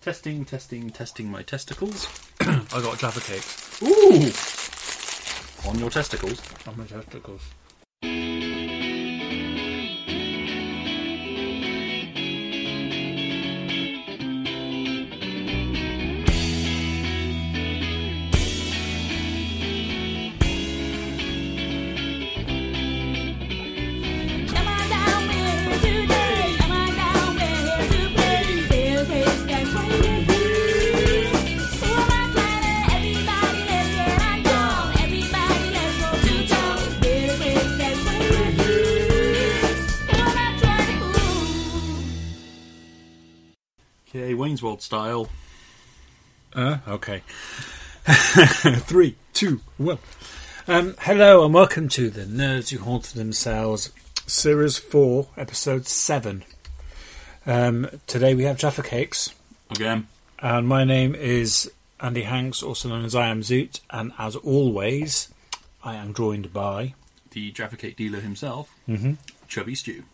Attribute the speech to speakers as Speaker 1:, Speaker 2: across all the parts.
Speaker 1: Testing, testing, testing my testicles.
Speaker 2: I got Jaffa cakes
Speaker 1: Ooh! On your testicles.
Speaker 2: on my testicles.
Speaker 3: Am I down with you today? Am I down with you to play? Fair face and twenty degrees. Who am I trying to? Everybody, let's get on down. Everybody, let's go to town. Fair face and twenty degrees. Who am I trying to fool?
Speaker 1: Okay, Wayne's World style.
Speaker 2: Uh, okay. Three, two, one. Um, hello and welcome to the Nerds Who Haunted Themselves, Series 4, Episode 7. Um, today we have Jaffa Cakes,
Speaker 1: Again.
Speaker 2: and my name is Andy Hanks, also known as I Am Zoot, and as always, I am joined by.
Speaker 1: The Jaffa Cake dealer himself. Mm-hmm. Chubby Stew.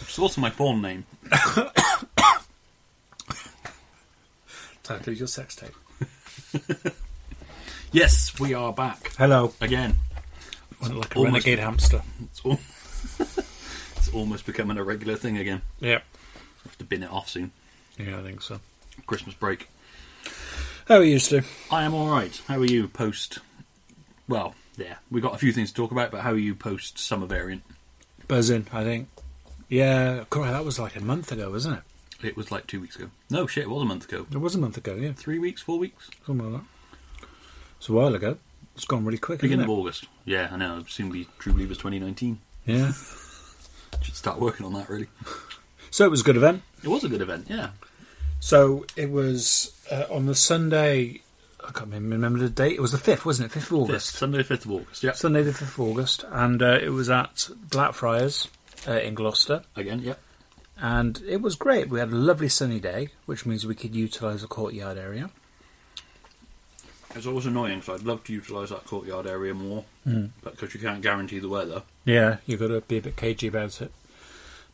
Speaker 1: Which is also my porn name.
Speaker 2: Title your sex tape.
Speaker 1: Yes, we are back.
Speaker 2: Hello.
Speaker 1: Again.
Speaker 2: Went like a
Speaker 1: Almost-
Speaker 2: renegade hamster.
Speaker 1: It's, al- it's almost becoming a regular thing again.
Speaker 2: Yep.
Speaker 1: I have to bin it off soon.
Speaker 2: Yeah, I think so.
Speaker 1: Christmas break.
Speaker 2: How are you, Stu?
Speaker 1: I am alright. How are you post. Well, yeah, we got a few things to talk about, but how are you post summer variant?
Speaker 2: Buzzing, I think. Yeah, God, that was like a month ago, wasn't it?
Speaker 1: It was like two weeks ago. No, shit, it was a month ago.
Speaker 2: It was a month ago, yeah.
Speaker 1: Three weeks, four weeks?
Speaker 2: Something like that. It's a while ago. It's gone really quick,
Speaker 1: Beginning
Speaker 2: hasn't
Speaker 1: of
Speaker 2: it?
Speaker 1: August. Yeah, I know. It'll soon be True Believers 2019.
Speaker 2: Yeah.
Speaker 1: Should start working on that, really.
Speaker 2: So it was a good event.
Speaker 1: It was a good event, yeah.
Speaker 2: So it was uh, on the Sunday. I can't even remember the date. It was the fifth, wasn't it? Fifth of
Speaker 1: Fifth,
Speaker 2: August.
Speaker 1: Sunday, 5th of August, yeah.
Speaker 2: Sunday the fifth of August, and uh, it was at Blackfriars uh, in Gloucester,
Speaker 1: Again, yeah.
Speaker 2: and it was great. We had a lovely sunny day, which means we could utilise the courtyard area.
Speaker 1: It's always annoying because I'd love to utilise that courtyard area more, but because you can't guarantee the weather.
Speaker 2: Yeah, you've got to be a bit cagey about it.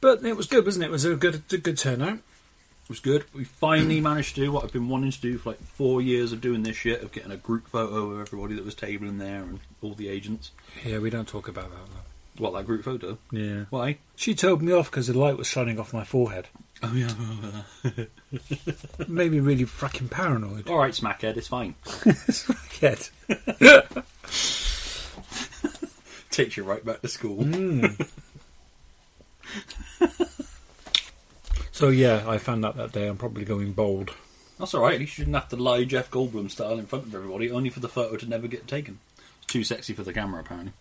Speaker 2: But it was good, wasn't it? It was a good, a good turnout.
Speaker 1: It was good. We finally managed to do what I've been wanting to do for like four years of doing this shit, of getting a group photo of everybody that was tabling there and all the agents.
Speaker 2: Yeah, we don't talk about that. Though.
Speaker 1: What, that group photo?
Speaker 2: Yeah.
Speaker 1: Why?
Speaker 2: She told me off because the light was shining off my forehead.
Speaker 1: Oh, yeah.
Speaker 2: It made me really fucking paranoid.
Speaker 1: all right, smackhead, it's fine.
Speaker 2: Yet.
Speaker 1: Takes you right back to school.
Speaker 2: So yeah, I found out that day I'm probably going bold.
Speaker 1: That's all right. You shouldn't have to lie Jeff Goldblum style in front of everybody, only for the photo to never get taken. It's too sexy for the camera, apparently.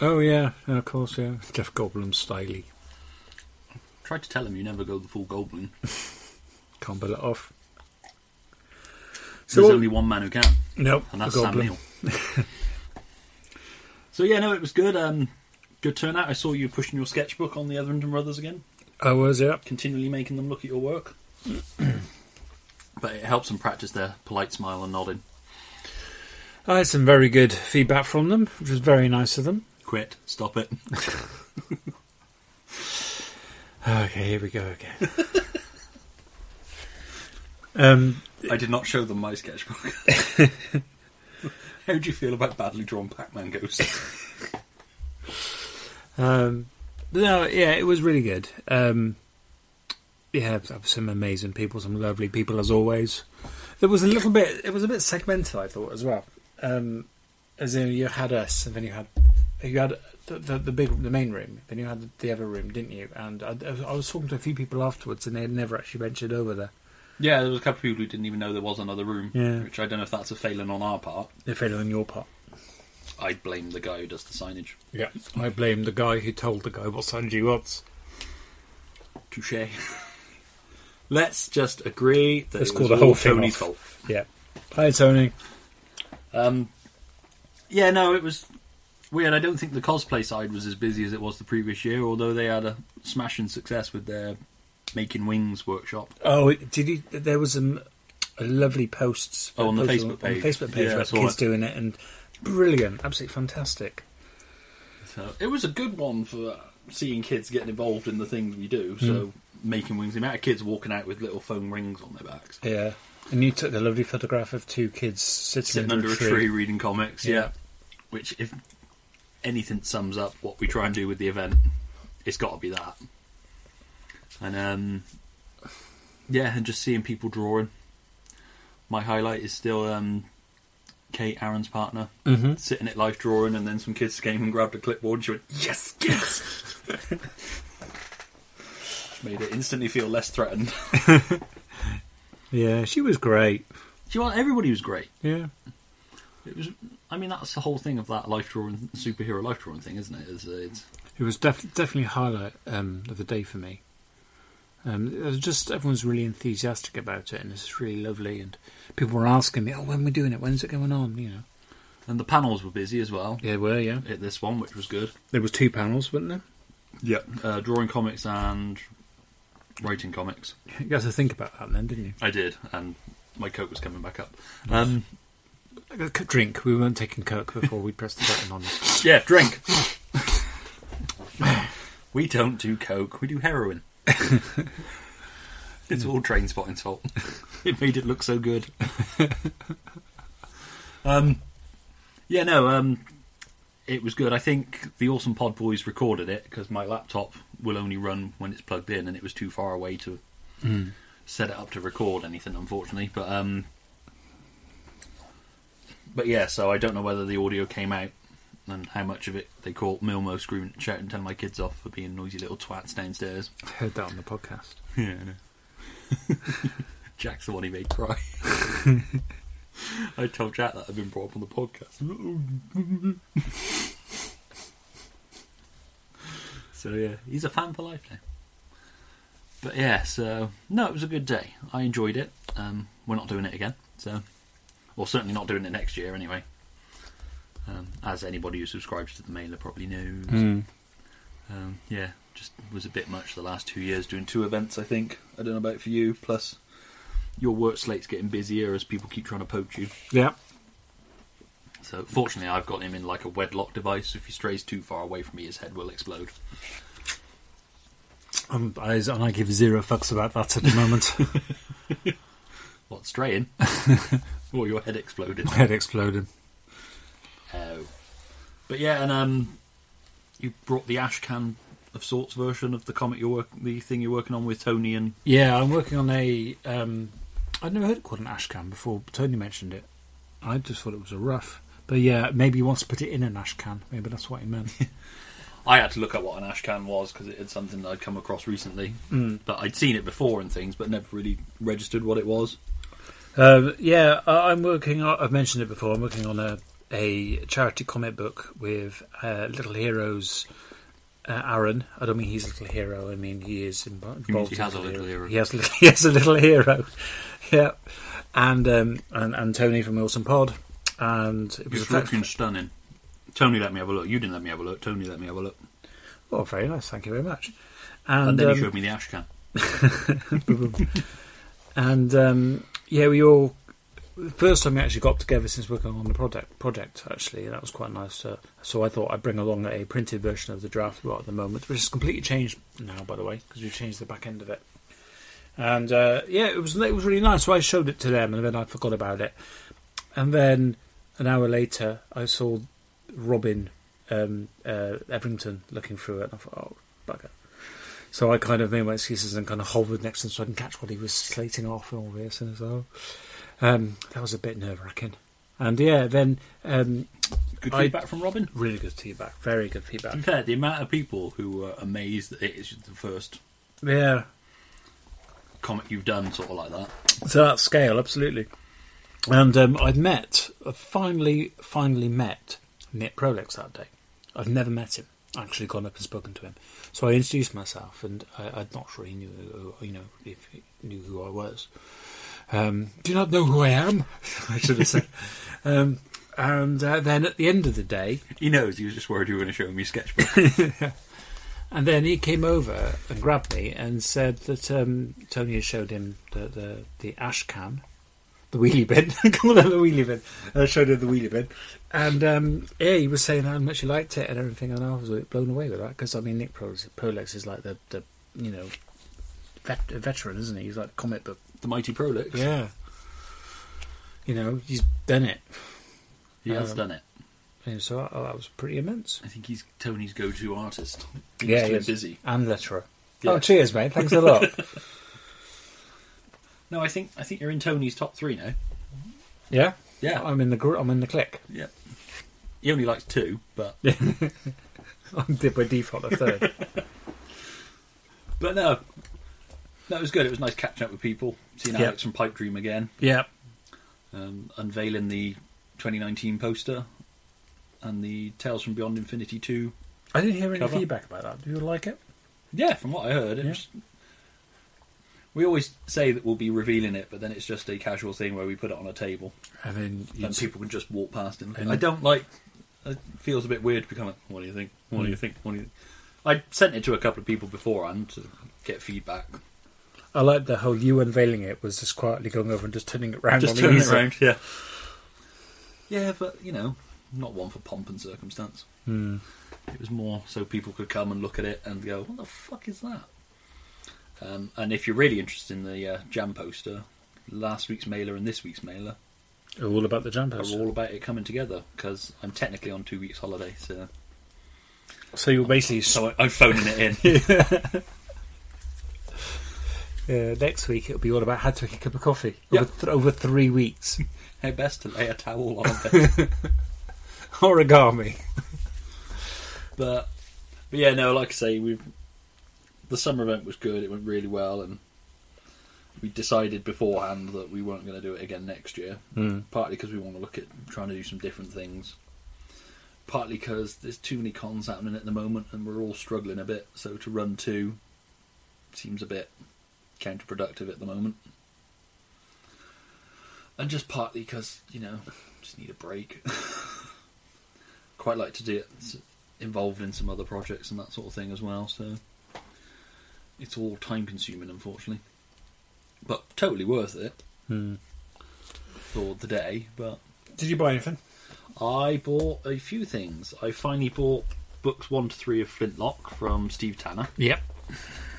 Speaker 2: Oh yeah, and of course, yeah. Jeff Goldblum styly.
Speaker 1: Tried to tell him you never go the full Goldblum.
Speaker 2: Can't pull it off.
Speaker 1: There's
Speaker 2: what-
Speaker 1: only one man who can,
Speaker 2: Nope,
Speaker 1: and that's
Speaker 2: the
Speaker 1: Sam Neill. so yeah, no, it was good. Um, good turnout. I saw you pushing your sketchbook on the Etherington brothers again,
Speaker 2: I Oh, was, yeah.
Speaker 1: continually making them look at your work. but it helps them practice their polite smile and nodding.
Speaker 2: I had some very good feedback from them, which was very nice of them.
Speaker 1: Quit. Stop it.
Speaker 2: Okay, here we go again. um,
Speaker 1: I did not show them my sketchbook. How do you feel about badly drawn Pac-Man ghosts?
Speaker 2: um, but no, yeah, it was really good. Um, yeah, some amazing people, some lovely people as always. There was a little bit, it was a bit segmented, I thought as well. Um, as in, you had us, and then you had you had the, the, the big the main room, then you had the other room, didn't you? And I, I was talking to a few people afterwards, and they had never actually ventured over there.
Speaker 1: Yeah, there was a couple of people who didn't even know there was another room,
Speaker 2: Yeah.
Speaker 1: which I don't know if that's a failing on our part.
Speaker 2: They failed on your part.
Speaker 1: I blame the guy who does the signage.
Speaker 2: Yeah, I blame the guy who told the guy what signed you was.
Speaker 1: Touche. Let's just agree that
Speaker 2: Let's
Speaker 1: it
Speaker 2: call
Speaker 1: was
Speaker 2: the whole
Speaker 1: all
Speaker 2: thing
Speaker 1: Tony's
Speaker 2: off.
Speaker 1: fault.
Speaker 2: Yeah. Hi, Tony.
Speaker 1: Um, yeah, no, it was weird. I don't think the cosplay side was as busy as it was the previous year, although they had a smashing success with their making wings workshop.
Speaker 2: Oh, did you? There was um, a lovely posts.
Speaker 1: Oh, on the
Speaker 2: post
Speaker 1: Facebook
Speaker 2: On
Speaker 1: page.
Speaker 2: the Facebook page
Speaker 1: Yeah, I
Speaker 2: about
Speaker 1: saw
Speaker 2: kids
Speaker 1: it.
Speaker 2: doing it, and brilliant, absolutely fantastic.
Speaker 1: So it was a good one for seeing kids getting involved in the things we do. So making wings. The amount of kids walking out with little foam rings on their backs,
Speaker 2: Yeah. And you took the lovely photograph of two kids sitting,
Speaker 1: sitting under a tree, reading comics. Yeah. which if anything sums up what we try and do with the event, it's got to be that. And um, yeah, and just seeing people drawing. My highlight is still um, Kate, Aaron's partner,
Speaker 2: Mm-hmm.
Speaker 1: sitting at life drawing, and then some kids came and grabbed a clipboard. And she went, "Yes, yes!" Made it instantly feel less threatened. Do
Speaker 2: Yeah, she was great.
Speaker 1: you know what? Everybody was great.
Speaker 2: Yeah.
Speaker 1: It was. I mean, that's the whole thing of that life drawing superhero life drawing thing, isn't it? It's, it's
Speaker 2: It was def- definitely a highlight um, of the day for me. Um, it was just everyone's really enthusiastic about it, and it's really lovely. And people were asking me, "Oh, when we're doing it? When's it going on?" You know.
Speaker 1: and the panels were busy as well.
Speaker 2: Yeah, were yeah.
Speaker 1: Hit this one, which was good.
Speaker 2: There was two panels, wasn't there?
Speaker 1: Yep. Uh, drawing comics and writing comics.
Speaker 2: You got to think about that then, didn't you?
Speaker 1: I did, and my coat was coming back up. Um,
Speaker 2: I got a c- drink. We weren't taking Coke before we pressed the button on. it.
Speaker 1: yeah, drink. we don't do coke. We do heroin. it's all train spotting's fault. it made it look so good. um, yeah, no. Um, it was good. I think the Awesome Pod Boys recorded it because my laptop will only run when it's plugged in, and it was too far away to Hmm. set it up to record anything, unfortunately. But um, but yeah, so I don't know whether the audio came out and how much of it they caught Milmo screaming, shouting, telling my kids off for being noisy little twats downstairs.
Speaker 2: I heard that on the podcast.
Speaker 1: Yeah, I know. Jack's the one he made cry. I told Jack that I've been brought up on the podcast. so yeah, he's a fan for life now. But yeah, so no, it was a good day. I enjoyed it. Um, we're not doing it again, so or certainly not doing it next year anyway. Um, as anybody who subscribes to the mailer probably knows.
Speaker 2: Hmm.
Speaker 1: Um, yeah, just was a bit much the last two years doing two events. I think I don't know about for you. Plus, your work slate's getting busier as people keep trying to poach you.
Speaker 2: Yeah.
Speaker 1: So fortunately, I've got him in like a wedlock device. If he strays too far away from me, his head will explode.
Speaker 2: Um, I, and I give zero fucks about that at the moment.
Speaker 1: What straying? or your head exploded?
Speaker 2: My head exploded.
Speaker 1: Oh. But yeah, and um, you brought the ash can of sorts version of the comic you're work- the thing you're working on with Tony and
Speaker 2: Yeah, I'm working on a. Um, I'd never heard it called an ashcan before. Tony mentioned it. I just thought it was a rough. But yeah, maybe he wants to put it in an ashcan. Maybe that's what he meant.
Speaker 1: I had to look up what an ash can was because it had something that I'd come across recently. Mm. But I'd seen it before and things, but never really registered what it was.
Speaker 2: um, yeah, I, I'm working. On, I've mentioned it before. I'm working on a a charity comic book with uh, Little Heroes. Uh, Aaron, I don't mean he's a little hero. I mean he is invo- involved.
Speaker 1: he
Speaker 2: in
Speaker 1: has a little hero.
Speaker 2: He has, a little- he has a little hero. yeah, and um, and and Tony from Wilson Pod, and it was
Speaker 1: It's
Speaker 2: a fact-
Speaker 1: looking stunning. Tony let me have a look. You didn't let me have a look. Tony let me have a look.
Speaker 2: Oh, very nice. Thank you very much.
Speaker 1: And, then
Speaker 2: um,
Speaker 1: he showed me the ash can.
Speaker 2: and um, yeah, we all first time we actually got together since working on the project. Project actually, that was quite nice. Uh, so I thought I'd bring along a printed version of the draft we've got at the moment, which is completely changed now, by the way, because we've changed the back end of it. And uh, yeah, it was it was really nice. So I showed it to them, and then I forgot about it. And then an hour later, I saw Robin um, uh, Everington looking through it, and I thought, oh, bugger. So I kind of made my excuses and kind of hovered next to him so I can catch what he was slating off and all this and so. Um, that was a bit nerve wracking. And yeah, then um,
Speaker 1: Good
Speaker 2: I-
Speaker 1: feedback from Robin.
Speaker 2: really good feedback, very good feedback.
Speaker 1: To be fair, the amount of people who were amazed that it is the first
Speaker 2: Yeah,
Speaker 1: comic you've done, sort of like that.
Speaker 2: to that scale, absolutely. And um, I'd met, I finally, finally met Nick Prolex that day. I'd never met him. Actually, gone up and spoken to him. So I introduced myself, and I, I'm not sure he knew, who- you know, if he knew who I was. Um, Do you not know who I am? I should have said. um, and uh, then at the end of the day,
Speaker 1: He knows. He was just worried you were going to show him your sketchbook.
Speaker 2: And then he came over and grabbed me and said that um, Tony had showed him the, the, the ash can, the wheelie bin. I call it the wheelie bin. I showed him the wheelie bin. And um, yeah, he was saying how much he liked it and everything. And I was a bit blown away with that because, I mean, Nick Prolex, Prolex is like the, the, you know, vet- a veteran, isn't he? He's like comic book.
Speaker 1: The Mighty Prolix.
Speaker 2: Yeah. You know, he's done it.
Speaker 1: He has
Speaker 2: Um,
Speaker 1: done it.
Speaker 2: And so oh, that was pretty immense.
Speaker 1: I think he's Tony's go to artist. He's
Speaker 2: Yeah,
Speaker 1: been
Speaker 2: he is.
Speaker 1: busy.
Speaker 2: And letterer.
Speaker 1: Yeah.
Speaker 2: Oh, cheers, mate. Thanks a lot.
Speaker 1: No, I think I think you're in Tony's top three now.
Speaker 2: yeah?
Speaker 1: Yeah.
Speaker 2: I'm in the gr- I'm in the click.
Speaker 1: yeah. He only likes two, but
Speaker 2: I'm de- by default a third.
Speaker 1: but no. That was good. It was nice catching up with people, seeing
Speaker 2: Yeah.
Speaker 1: Alex from Pipe Dream again,
Speaker 2: yeah.
Speaker 1: um, unveiling the 2019 poster and the Tales from Beyond Infinity 2.
Speaker 2: I didn't hear any
Speaker 1: Cover.
Speaker 2: feedback about that. Do you like it?
Speaker 1: Yeah, from what I heard, it
Speaker 2: Yeah.
Speaker 1: was. We always say that we'll be revealing it, but then it's just a casual thing where we put it on a table
Speaker 2: I mean,
Speaker 1: and people can just walk past and,
Speaker 2: And-
Speaker 1: I don't like. It feels a bit weird to become like, what do you think? What
Speaker 2: Hmm.
Speaker 1: do you think? What do you think? I sent it to a couple of people beforehand to get feedback.
Speaker 2: I like the whole you unveiling it was just quietly going over and just turning it round.
Speaker 1: Just
Speaker 2: on the
Speaker 1: turn it
Speaker 2: easel.
Speaker 1: around, yeah. Yeah, but you know, not one for pomp and circumstance.
Speaker 2: Hmm.
Speaker 1: It was more so people could come and look at it and go, "What the fuck is that?" Um, and if you're really interested in the uh, jam poster, last week's mailer and this week's mailer
Speaker 2: All about the jump
Speaker 1: are all about it coming together because I'm technically on two weeks holiday, so
Speaker 2: So you're basically
Speaker 1: so I- I'm phoning it in.
Speaker 2: Uh, next week it'll be all about how to make a cup of coffee
Speaker 1: Yep.
Speaker 2: over, th- over three weeks.
Speaker 1: How best to lay a towel on a bed.
Speaker 2: Origami.
Speaker 1: but, but yeah, no, like I say, we the summer event was good. It went really well, and we decided beforehand that we weren't going to do it again next year. partly because we want to look at trying to do some different things. Partly because there's too many cons happening at the moment, and we're all struggling a bit. So to run two seems a bit counterproductive at the moment. And just partly because you know, just need a break. Quite like to do it s- involved in some other projects and that sort of thing as well. So it's all time consuming, unfortunately, but totally worth it for the day. But
Speaker 2: Did you buy anything?
Speaker 1: I bought a few things. I finally bought books one to three of Flintlock from Steve Tanner
Speaker 2: Yep.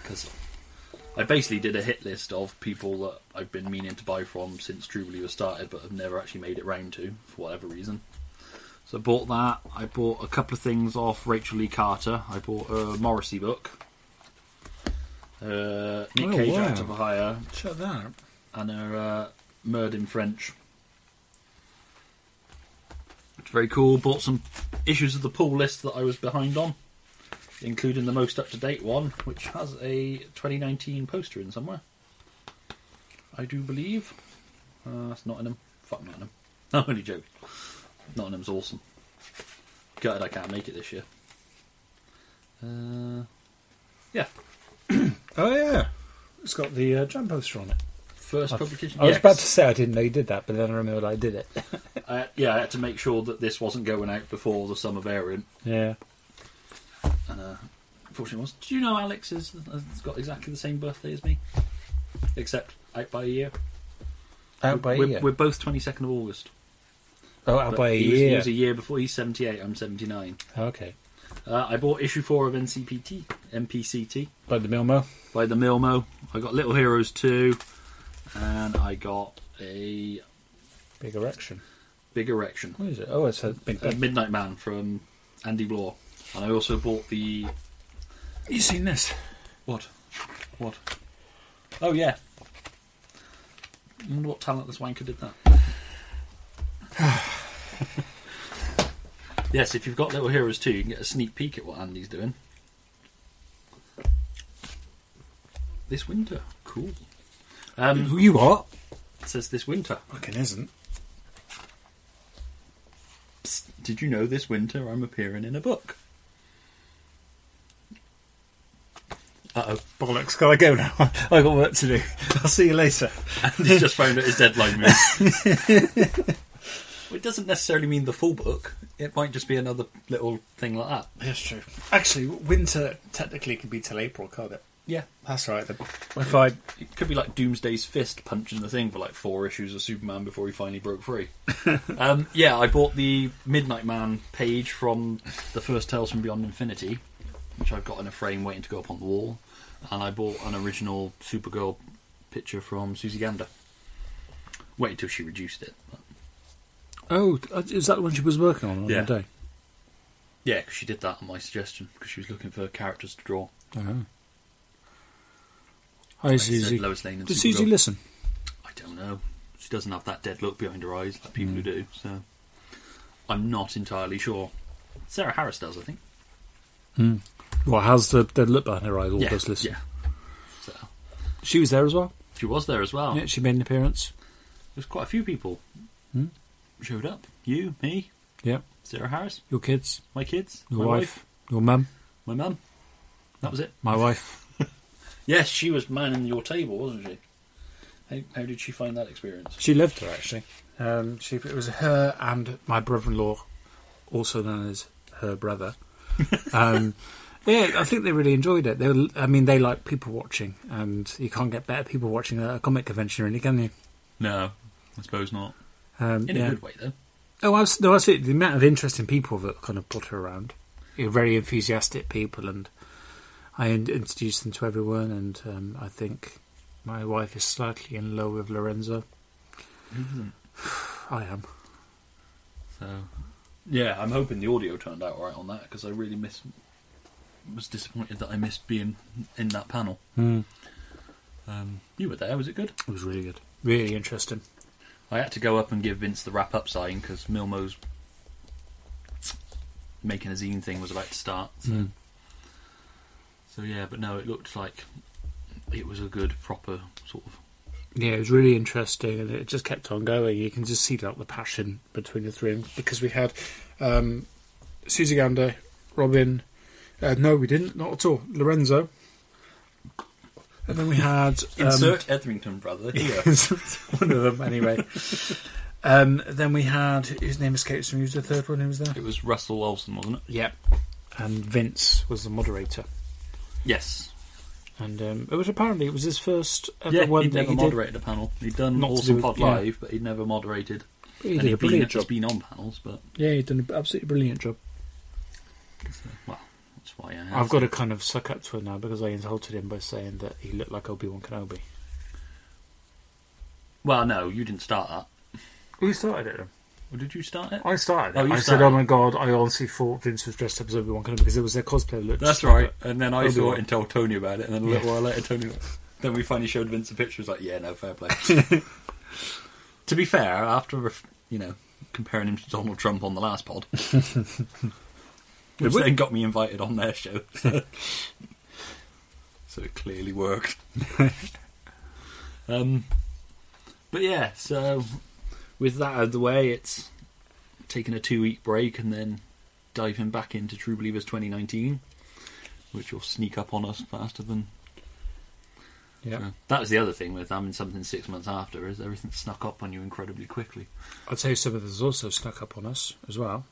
Speaker 1: because I basically did a hit list of people that I've been meaning to buy from since Jubilee was started, but have never actually made it round to for whatever reason. So I bought that. I bought a couple of things off Rachel Lee Carter. I bought a Morrissey book, uh, Nick
Speaker 2: Oh,
Speaker 1: Cage
Speaker 2: wow.
Speaker 1: Out of Hire,
Speaker 2: Shut that up.
Speaker 1: and her uh, Murd in French. It's very cool. Bought some issues of the pool list that I was behind on, including the most up to date one, which has a 2019 poster in somewhere. I do believe. Uh, that's Nottingham. Fuck Nottingham. I'm only joking. Nottingham's awesome. Gutted I can't make it this year. Uh, yeah.
Speaker 2: Oh, yeah. It's got the uh, jump poster on it.
Speaker 1: 1st publication.
Speaker 2: I was
Speaker 1: Yes.
Speaker 2: about to say I didn't know you did that, but then I remembered I did it.
Speaker 1: I, Uh, yeah, I had to make sure that this wasn't going out before the summer variant,
Speaker 2: yeah.
Speaker 1: and uh, unfortunately, it was. Do you know Alex is, has got exactly the same birthday as me, except out by a year.
Speaker 2: Out by a
Speaker 1: we're,
Speaker 2: year.
Speaker 1: we're both twenty second of August.
Speaker 2: oh, out
Speaker 1: but
Speaker 2: by a
Speaker 1: he was, he
Speaker 2: year.
Speaker 1: was a year before. He's seventy eight. I'm seventy nine.
Speaker 2: Okay.
Speaker 1: Uh, I bought issue four of NCPT MPCT
Speaker 2: By the Milmo.
Speaker 1: by the Milmo. I got Little Heroes two, and I got a
Speaker 2: Big erection.
Speaker 1: big erection.
Speaker 2: What is it? Oh, it's a big
Speaker 1: Uh, Midnight Man from Andy Bloor, and I also bought the
Speaker 2: you seen this?
Speaker 1: What? What? Oh yeah. I wonder what talentless wanker did that. yes, if you've got Little Heroes 2, you can get a sneak peek at what Andy's doing. This winter. Cool. Um,
Speaker 2: Who you are?
Speaker 1: it says this winter.
Speaker 2: Fucking isn't.
Speaker 1: Psst, did you know this winter I'm appearing in a book? Uh oh.
Speaker 2: Bollocks, gotta go now. I got work to do. I'll see you later.
Speaker 1: Andy's just found out his deadline move. well, it doesn't necessarily mean the full book. It might just be another little thing like that.
Speaker 2: That's true. Actually, winter technically can be till April, can't it?
Speaker 1: Yeah.
Speaker 2: That's right. Then. If I
Speaker 1: It could be like Doomsday's Fist punching the thing for like four issues of Superman before he finally broke free. um, yeah, I bought the Midnight Man page from the first Tales from Beyond Infinity, which I've got in a frame waiting to go up on the wall. and I bought an original Supergirl picture from Susie Gander. Wait until she reduced it. But
Speaker 2: Oh, is that the one she was working on on
Speaker 1: Yeah.
Speaker 2: the day?
Speaker 1: yeah, 'cause she did that on my suggestion because she was looking for characters to draw.
Speaker 2: Oh. Hi,
Speaker 1: Like I said,
Speaker 2: Susie.
Speaker 1: Lois Lane and
Speaker 2: Did
Speaker 1: Supergirl.
Speaker 2: Susie listen?
Speaker 1: I don't know. She doesn't have that dead look behind her eyes like
Speaker 2: Hmm.
Speaker 1: people who do. So I'm not entirely sure. Sarah Harris does, I think.
Speaker 2: Well, how's the dead look behind her eyes? All
Speaker 1: yeah,
Speaker 2: this listen.
Speaker 1: yeah. So
Speaker 2: She was there as well.
Speaker 1: she was there as well.
Speaker 2: Yeah, she made an appearance.
Speaker 1: There's quite a few people
Speaker 2: Hmm?
Speaker 1: showed up. You, me,
Speaker 2: Yeah,
Speaker 1: Sarah Harris,
Speaker 2: your kids,
Speaker 1: my kids,
Speaker 2: your
Speaker 1: my
Speaker 2: wife, your mum,
Speaker 1: my mum. That was it.
Speaker 2: my wife.
Speaker 1: Yes, she was manning your table, wasn't she? How, how did she find that experience?
Speaker 2: She lived there actually. Um, she it was her and my brother-in-law, also known as her brother. um, yeah, I think they really enjoyed it. They, were, I mean, they like people watching, and you can't get better people watching at a comic convention, really, can you?
Speaker 1: No, I suppose not.
Speaker 2: Um,
Speaker 1: In
Speaker 2: yeah.
Speaker 1: a good way, though.
Speaker 2: Oh, abs- no, absolutely. The amount of interesting people that kind of potter around. You're very enthusiastic people, and I in- introduced them to everyone. And um, I think my wife is slightly in love with Lorenzo.
Speaker 1: Mm-hmm.
Speaker 2: I am.
Speaker 1: So, yeah, I'm hoping the audio turned out all right on that because I really miss was disappointed that I missed being in that panel. Um, you were there, was it good?
Speaker 2: It was really good. Really interesting.
Speaker 1: I had to go up and give Vince the wrap up sign because Milmo's making a zine thing was about to start. So.
Speaker 2: Hmm.
Speaker 1: so yeah, but no, it looked like it was a good proper sort of
Speaker 2: Yeah, it was really interesting, and it just kept on going. You can just see like the passion between the three of 'em, because we had um, Susie Gander, Robin. Uh, no, we didn't. Not at all. Lorenzo. And then we had um,
Speaker 1: Etherington brother.
Speaker 2: Yeah. one of them anyway. um, then we had whose name escapes me. Who's the third one who was there?
Speaker 1: It was Russell Olsen, wasn't it?
Speaker 2: Yep. And Vince was the moderator,
Speaker 1: Yes.
Speaker 2: and um, it was apparently it was his first ever
Speaker 1: Yeah,
Speaker 2: one
Speaker 1: he'd
Speaker 2: that
Speaker 1: never
Speaker 2: he
Speaker 1: moderated a panel. He'd done
Speaker 2: Not to
Speaker 1: Awesome
Speaker 2: do-
Speaker 1: Pod
Speaker 2: yeah.
Speaker 1: Live, but he'd never moderated.
Speaker 2: did. He
Speaker 1: and
Speaker 2: did
Speaker 1: he'd
Speaker 2: a
Speaker 1: been-
Speaker 2: brilliant
Speaker 1: he's
Speaker 2: job.
Speaker 1: been on panels, but
Speaker 2: Yeah, he did an absolutely brilliant job.
Speaker 1: well, that's why I asked.
Speaker 2: I've got to kind of suck up to it now because I insulted him by saying that he looked like Obi Wan Kenobi.
Speaker 1: Well, no, you didn't start that.
Speaker 2: Who started it?
Speaker 1: Or Oh, did you start it?
Speaker 2: I started.
Speaker 1: Oh,
Speaker 2: it.
Speaker 1: you
Speaker 2: I said,
Speaker 1: started.
Speaker 2: "Oh my god!" I honestly thought Vince was dressed up as Obi Wan Kenobi because it was their cosplay look.
Speaker 1: That's right. And then I
Speaker 2: Obi-Wan.
Speaker 1: saw it and told Tony about it, and then a little
Speaker 2: Yeah.
Speaker 1: while later, Tony. Then we finally showed Vince a picture. He was like, "Yeah, no, fair play." to be fair, after ref- you know comparing him to Donald Trump on the last pod, which
Speaker 2: would-
Speaker 1: then got me invited on their show, so, so it clearly worked. um, but yeah, so with that out of the way, it's taking a two-week break and then diving back into True Believers 2019 which will sneak up on us faster than. uh,
Speaker 2: Yeah.
Speaker 1: That was the other thing with having something six months after is everything snuck up on you incredibly quickly.
Speaker 2: I'll tell you something that's also snuck up on us as well.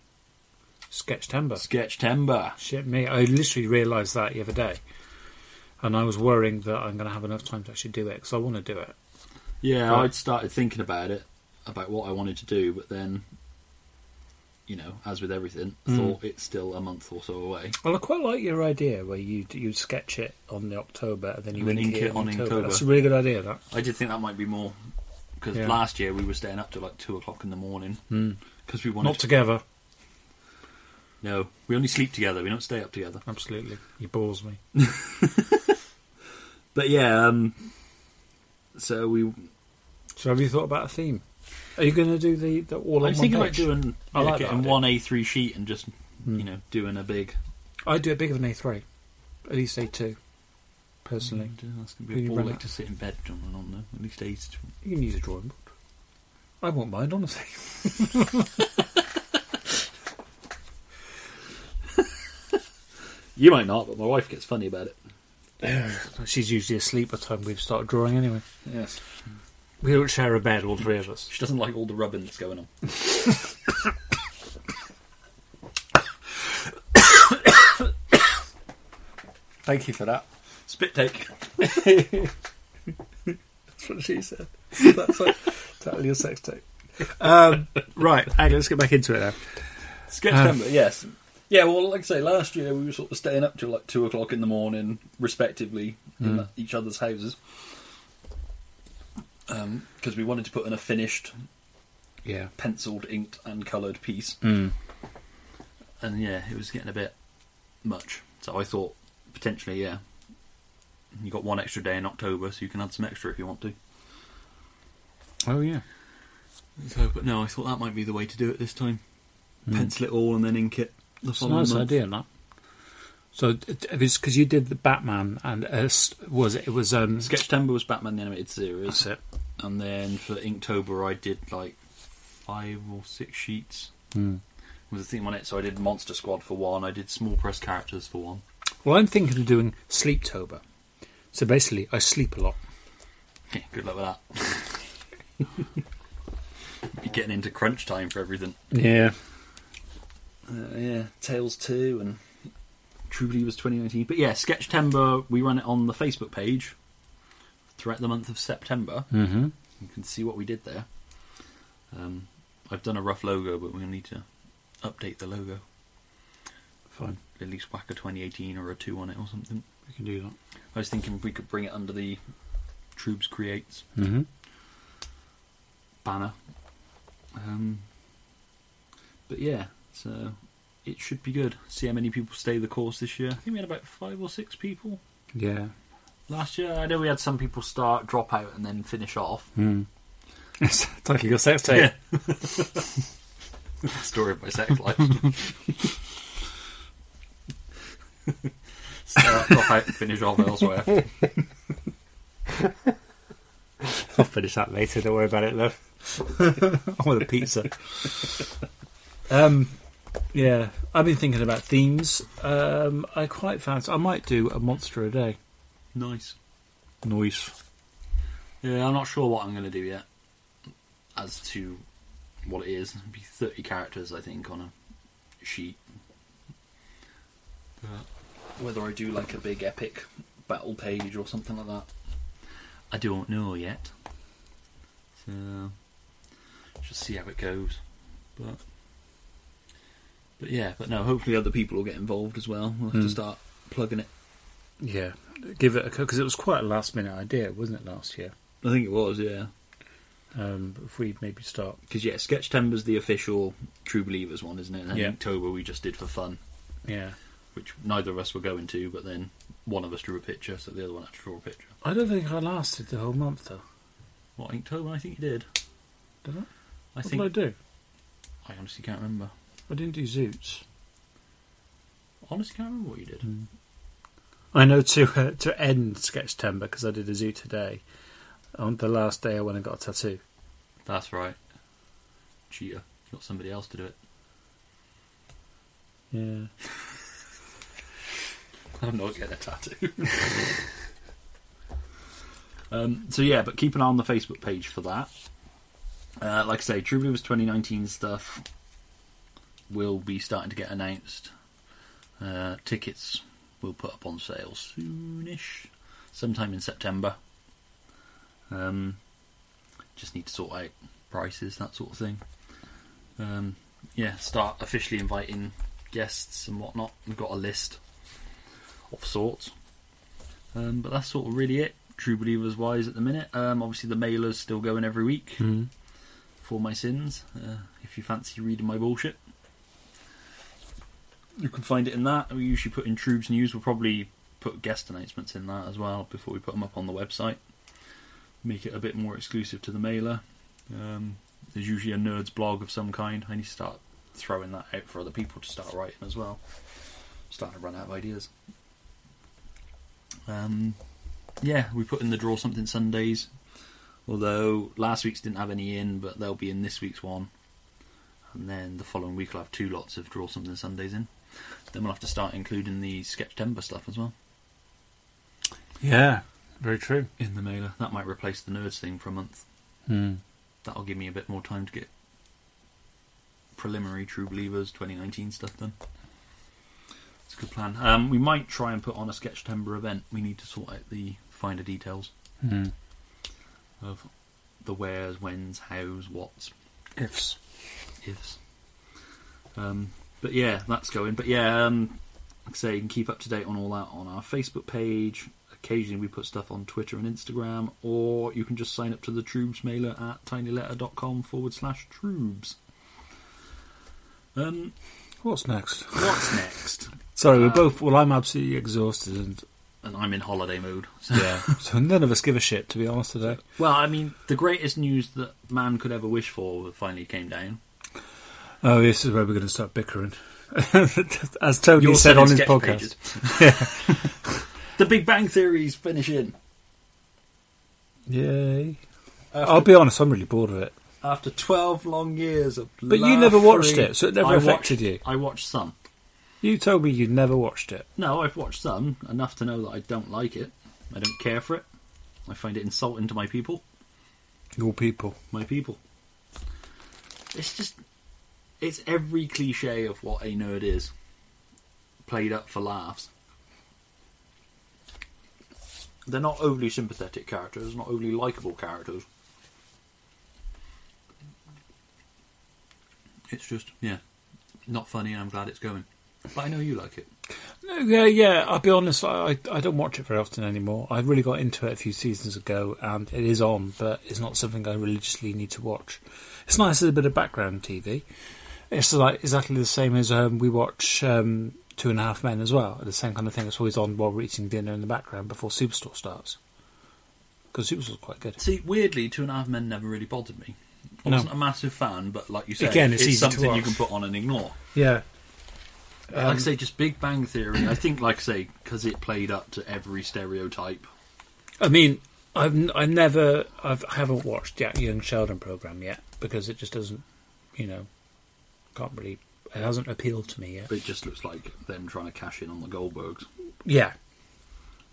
Speaker 2: Sketchtember.
Speaker 1: Sketch Timber.
Speaker 2: Shit me, I literally realised that the other day. And I was worrying that I'm going to have enough time to actually do it because I want to do it.
Speaker 1: Yeah,
Speaker 2: Right.
Speaker 1: I'd started thinking about it, about what I wanted to do, but then, you know, as with everything, thought it's still a month or so away.
Speaker 2: Well, I quite like your idea where you you sketch it on the October and then you
Speaker 1: And then
Speaker 2: ink, it, on October.
Speaker 1: Inktober.
Speaker 2: That's a really good idea. That
Speaker 1: I did think that might be more because
Speaker 2: Yeah.
Speaker 1: last year we were staying up till like two o'clock in the morning because we wanted
Speaker 2: not together.
Speaker 1: No, we only sleep together. We don't stay up together.
Speaker 2: Absolutely, you bores me.
Speaker 1: But yeah, um, so we
Speaker 2: So have you thought about a theme? Are you going to do the, the all
Speaker 1: I'm
Speaker 2: on
Speaker 1: thinking
Speaker 2: one
Speaker 1: about
Speaker 2: page?
Speaker 1: doing
Speaker 2: I like that
Speaker 1: getting
Speaker 2: idea.
Speaker 1: one A3 sheet and just you know doing a big.
Speaker 2: I do it bigger than A3, at least A2. Personally,
Speaker 1: That's gonna
Speaker 2: Can
Speaker 1: be
Speaker 2: you
Speaker 1: a
Speaker 2: run
Speaker 1: ball
Speaker 2: that?
Speaker 1: to sit in bed on and on though. At least eight.
Speaker 2: you can use a drawing board. I won't mind, honestly.
Speaker 1: You might not, but my wife gets funny about it.
Speaker 2: She's usually asleep by the time we've started drawing anyway.
Speaker 1: Yes,
Speaker 2: We don't share a bed, all three of us.
Speaker 1: she doesn't like all the rubbing that's going on.
Speaker 2: Thank you for that.
Speaker 1: Spit take.
Speaker 2: That's what she said. That's like, totally your sex tape. Um, right, hang on, let's get back into it now.
Speaker 1: Sketch number. yes. Yeah, well, like I say, last year we were sort of staying up till like two o'clock in the morning, respectively,
Speaker 2: Mm.
Speaker 1: in each other's houses, because we wanted to put in a finished,
Speaker 2: Yeah.
Speaker 1: penciled, inked, and coloured piece.
Speaker 2: Mm.
Speaker 1: And yeah, it was getting a bit much. So I thought potentially, yeah, you got one extra day in October, so you can add some extra if you want to.
Speaker 2: Oh yeah.
Speaker 1: So, but no, I thought that might be the way to do it this time. Pencil it all and then ink it the
Speaker 2: Hmm. It's a
Speaker 1: following
Speaker 2: nice
Speaker 1: month.
Speaker 2: idea, that. So it- it was because you did the Batman and uh, s- was it, it was um
Speaker 1: Sketchtember was Batman the Animated Series,
Speaker 2: That's it.
Speaker 1: and then for Inktober I did like five or six sheets
Speaker 2: Mm.
Speaker 1: with a theme on it. So I did Monster Squad for one, I did Small Press Characters for one.
Speaker 2: Well, I'm thinking of doing Sleeptober. So basically, I sleep a lot.
Speaker 1: Yeah, good luck with that. Be getting into crunch time for everything.
Speaker 2: Yeah.
Speaker 1: Uh, yeah, Tales 2 and True Believers 2019. But yeah, Sketchtember, we run it on the Facebook page throughout the month of September.
Speaker 2: Mm-hmm.
Speaker 1: You can see what we did there. Um, I've done a rough logo, but we'll need to update the logo.
Speaker 2: Fine.
Speaker 1: At least whack a 2018 or a 2 on it or something.
Speaker 2: We can do
Speaker 1: I was thinking we could bring it under the Troops Creates
Speaker 2: that. Mm-hmm.
Speaker 1: banner. Um, but yeah, so it should be good. See how many people stay the course this year. I think we had about five or six people
Speaker 2: Yeah.
Speaker 1: last year. I know we had some people start, drop out, and then finish off.
Speaker 2: Mm. it's like your sex tape.
Speaker 1: Story of my sex life. start, drop out, finish off elsewhere.
Speaker 2: I'll finish that later. Don't worry about it, love. I want a pizza. um, yeah, I've been thinking about themes. Um, I quite fancy. I might do a monster a day.
Speaker 1: Nice.
Speaker 2: Noise.
Speaker 1: Yeah, I'm not sure what I'm going to do yet as to what it is. It'll be 30 characters, I think, on a sheet. Whether I do like a big epic battle page or something like that, I don't know yet. So, just see how it goes. But, but yeah, but no, hopefully other people will get involved as well. We'll have to
Speaker 2: Mm.
Speaker 1: start plugging it.
Speaker 2: Yeah, give it a because it was quite a last minute idea, wasn't it last year?
Speaker 1: I think it was, yeah.
Speaker 2: Um, if we maybe start.
Speaker 1: Because yeah, Sketch Timber's the official True Believers one, isn't it? And
Speaker 2: Yeah.
Speaker 1: October we just did for fun,
Speaker 2: Yeah,
Speaker 1: which neither of us were going to, but then one of us drew a picture, so the other one had to draw a picture.
Speaker 2: I don't think I lasted the whole month though.
Speaker 1: What Inktober? I think you did.
Speaker 2: Did I?
Speaker 1: I
Speaker 2: what
Speaker 1: think
Speaker 2: did I do?
Speaker 1: I honestly can't remember.
Speaker 2: I didn't do Zoots.
Speaker 1: Honestly, can't remember what you did.
Speaker 2: I know to uh, to end Sketchtember because I did a zoo today. On the last day, I went and got a tattoo.
Speaker 1: That's right. Cheater. Got somebody else to do it.
Speaker 2: Yeah.
Speaker 1: I'm not getting a tattoo. um, so yeah, but keep an eye on the Facebook page for that. Uh, like I say, True Believers 2019 stuff will be starting to get announced. Uh, tickets will put up on sale soonish, sometime in September. Um, just need to sort out prices, that sort of thing. Um, yeah, start officially inviting guests and whatnot. We've got a list of sorts. Um, but that's sort of really it, True Believers wise, at the minute. Um, obviously, the mailer's still going every
Speaker 2: Hmm.
Speaker 1: week for my sins. Uh, if you fancy reading my bullshit, you can find it in that. We usually put in Trube's news. We'll probably put guest announcements in that as well before we put them up on the website. Make it a bit more exclusive to the mailer. Um, there's usually a nerd's blog of some kind. I need to start throwing that out for other people to start writing as well. Starting to run out of ideas. Um, yeah, we put in the draw something Sundays. Although last week's didn't have any in, but they'll be in this week's one. And then the following week, I'll have two lots of draw something Sundays in. Then we'll have to start including the Sketchtember stuff as well
Speaker 2: Yeah. Very true.
Speaker 1: in the mailer. That might replace the nerds thing for a month. That'll give me a bit more time to get preliminary True Believers 2019 stuff done. It's a good plan. Um, we might try and put on a Sketchtember event. We need to sort out the finer details. of the where's, when's, how's, what's,
Speaker 2: Ifs.
Speaker 1: ifs. Um, But yeah, that's going. But yeah, um, like I say, you can keep up to date on all that on our Facebook page. Occasionally, we put stuff on Twitter and Instagram, or you can just sign up to the Troobs mailer at tinyletter.com forward slash Troobs. Um,
Speaker 2: What's next?
Speaker 1: what's next?
Speaker 2: Sorry, we're both. Well, I'm absolutely exhausted, and
Speaker 1: And I'm in holiday mode. So.
Speaker 2: yeah, so none of us give a shit to be honest today.
Speaker 1: Well, I mean, the greatest news that man could ever wish for finally came down.
Speaker 2: Oh, this is where we're going to start bickering, as Tony
Speaker 1: Your
Speaker 2: said on
Speaker 1: seven
Speaker 2: his
Speaker 1: sketch
Speaker 2: podcast.
Speaker 1: pages. the Big Bang Theory's finishing.
Speaker 2: Yay! I'll be honest, I'm really bored of it.
Speaker 1: after 12 long years of
Speaker 2: But you never watched it, so it never affected
Speaker 1: watched,
Speaker 2: you.
Speaker 1: I watched some.
Speaker 2: You told me you'd never watched it.
Speaker 1: No, I've watched some, enough to know that I don't like it. I don't care for it. I find it insulting to my people.
Speaker 2: Your people.
Speaker 1: My people. It's just. It's every cliche of what a nerd is. Played up for laughs. They're not overly sympathetic characters, not overly likable characters. It's just, yeah, not funny, and I'm glad it's going. But I know you like it.
Speaker 2: Yeah, yeah. I'll be honest. I, I I don't watch it very often anymore. I really got into it a few seasons ago, and it is on, but it's not something I religiously need to watch. It's nice as a bit of background TV. It's like exactly the same as um, we watch um, Two and a Half Men as well. The same kind of thing. It's always on while we're eating dinner in the background before Superstore starts. Because Superstore's quite good.
Speaker 1: See, weirdly, Two and a Half Men never really bothered me. I
Speaker 2: No.
Speaker 1: wasn't a massive fan, but like you said,
Speaker 2: Again, it's easy to
Speaker 1: something you
Speaker 2: watch.
Speaker 1: can put on and ignore.
Speaker 2: Yeah,
Speaker 1: like I say, just Big Bang Theory. I think, like I say, because it played up to every stereotype.
Speaker 2: I mean, I've n- I never I've I haven't watched Jack Young Sheldon program yet because it just doesn't, you know, can't really it hasn't appealed to me yet.
Speaker 1: It just looks like them trying to cash in on the Goldbergs.
Speaker 2: yeah,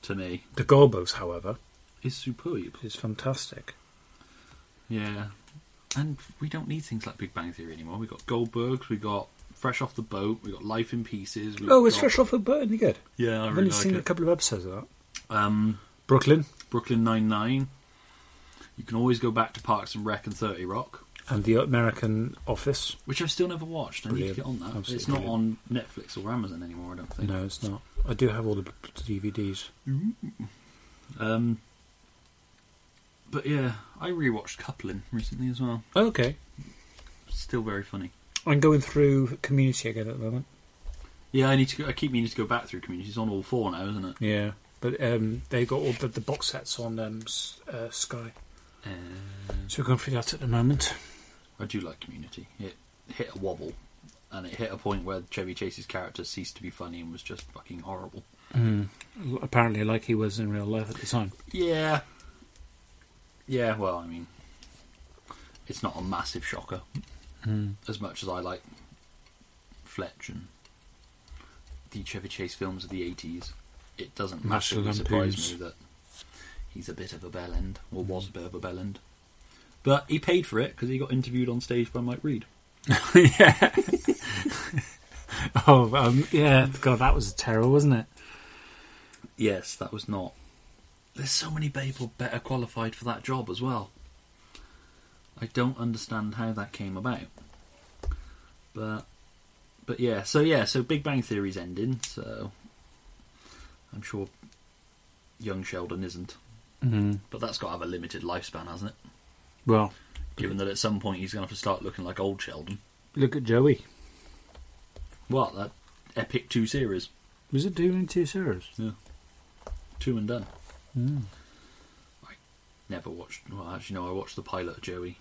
Speaker 1: To me,
Speaker 2: the Gorbos, however,
Speaker 1: is superb.
Speaker 2: is fantastic.
Speaker 1: Yeah, and we don't need things like Big Bang Theory anymore. We got Goldbergs. We got Fresh off the Boat. We got Life in Pieces. We
Speaker 2: Oh, it's
Speaker 1: got-
Speaker 2: fresh off a burn. You good?
Speaker 1: Yeah, I
Speaker 2: I've
Speaker 1: really
Speaker 2: only
Speaker 1: like
Speaker 2: seen
Speaker 1: it.
Speaker 2: a couple of episodes of that.
Speaker 1: um,
Speaker 2: Brooklyn
Speaker 1: Brooklyn Nine Nine. You can always go back to Parks and Rec and Thirty Rock.
Speaker 2: and the American Office.
Speaker 1: which I've still never watched. I need to
Speaker 2: Brilliant.
Speaker 1: get on that.
Speaker 2: Absolutely
Speaker 1: it's not on Netflix or Amazon anymore, I don't think.
Speaker 2: No, it's not. I do have all the b- b- DVDs.
Speaker 1: Um, but yeah, I rewatched Coupling recently as well.
Speaker 2: Oh, okay,
Speaker 1: Still very funny.
Speaker 2: I'm going through Community again at the moment.
Speaker 1: Yeah, I need to. Go, I keep needing to go back through Community. It's on all four now, isn't it?
Speaker 2: Yeah, but um, they got all the, the box sets on um, S- uh, Sky.
Speaker 1: Uh,
Speaker 2: So we're going through that at the moment.
Speaker 1: I do like Community. It hit a wobble, and it hit a point where Chevy Chase's character ceased to be funny and was just fucking horrible.
Speaker 2: Apparently, like he was in real life at the time.
Speaker 1: Yeah. Yeah, well, I mean, it's not a massive shocker.
Speaker 2: Hmm.
Speaker 1: As much as I like Fletch and the Chevy Chase films of the 80s, it doesn't
Speaker 2: National
Speaker 1: massively surprise
Speaker 2: Lampoons.
Speaker 1: me that he's a bit of a bell end, or was a bit of a bell end. But he paid for it because he got interviewed on stage by Mike Reed.
Speaker 2: yeah. oh, um, yeah. God, that was terrible, wasn't it?
Speaker 1: Yes, that was not. There's so many people better qualified for that job as well. I don't understand how that came about. But but yeah, so yeah, so Big Bang Theory's ending, so I'm sure young Sheldon isn't.
Speaker 2: Mm.
Speaker 1: But that's got to have a limited lifespan, hasn't it?
Speaker 2: Well,
Speaker 1: Given that at some point he's going to have to start looking like old Sheldon.
Speaker 2: look at Joey.
Speaker 1: What, that epic two series?
Speaker 2: Was it doing two series?
Speaker 1: Two and done. I never watched, well, actually, no, I watched the pilot of Joey.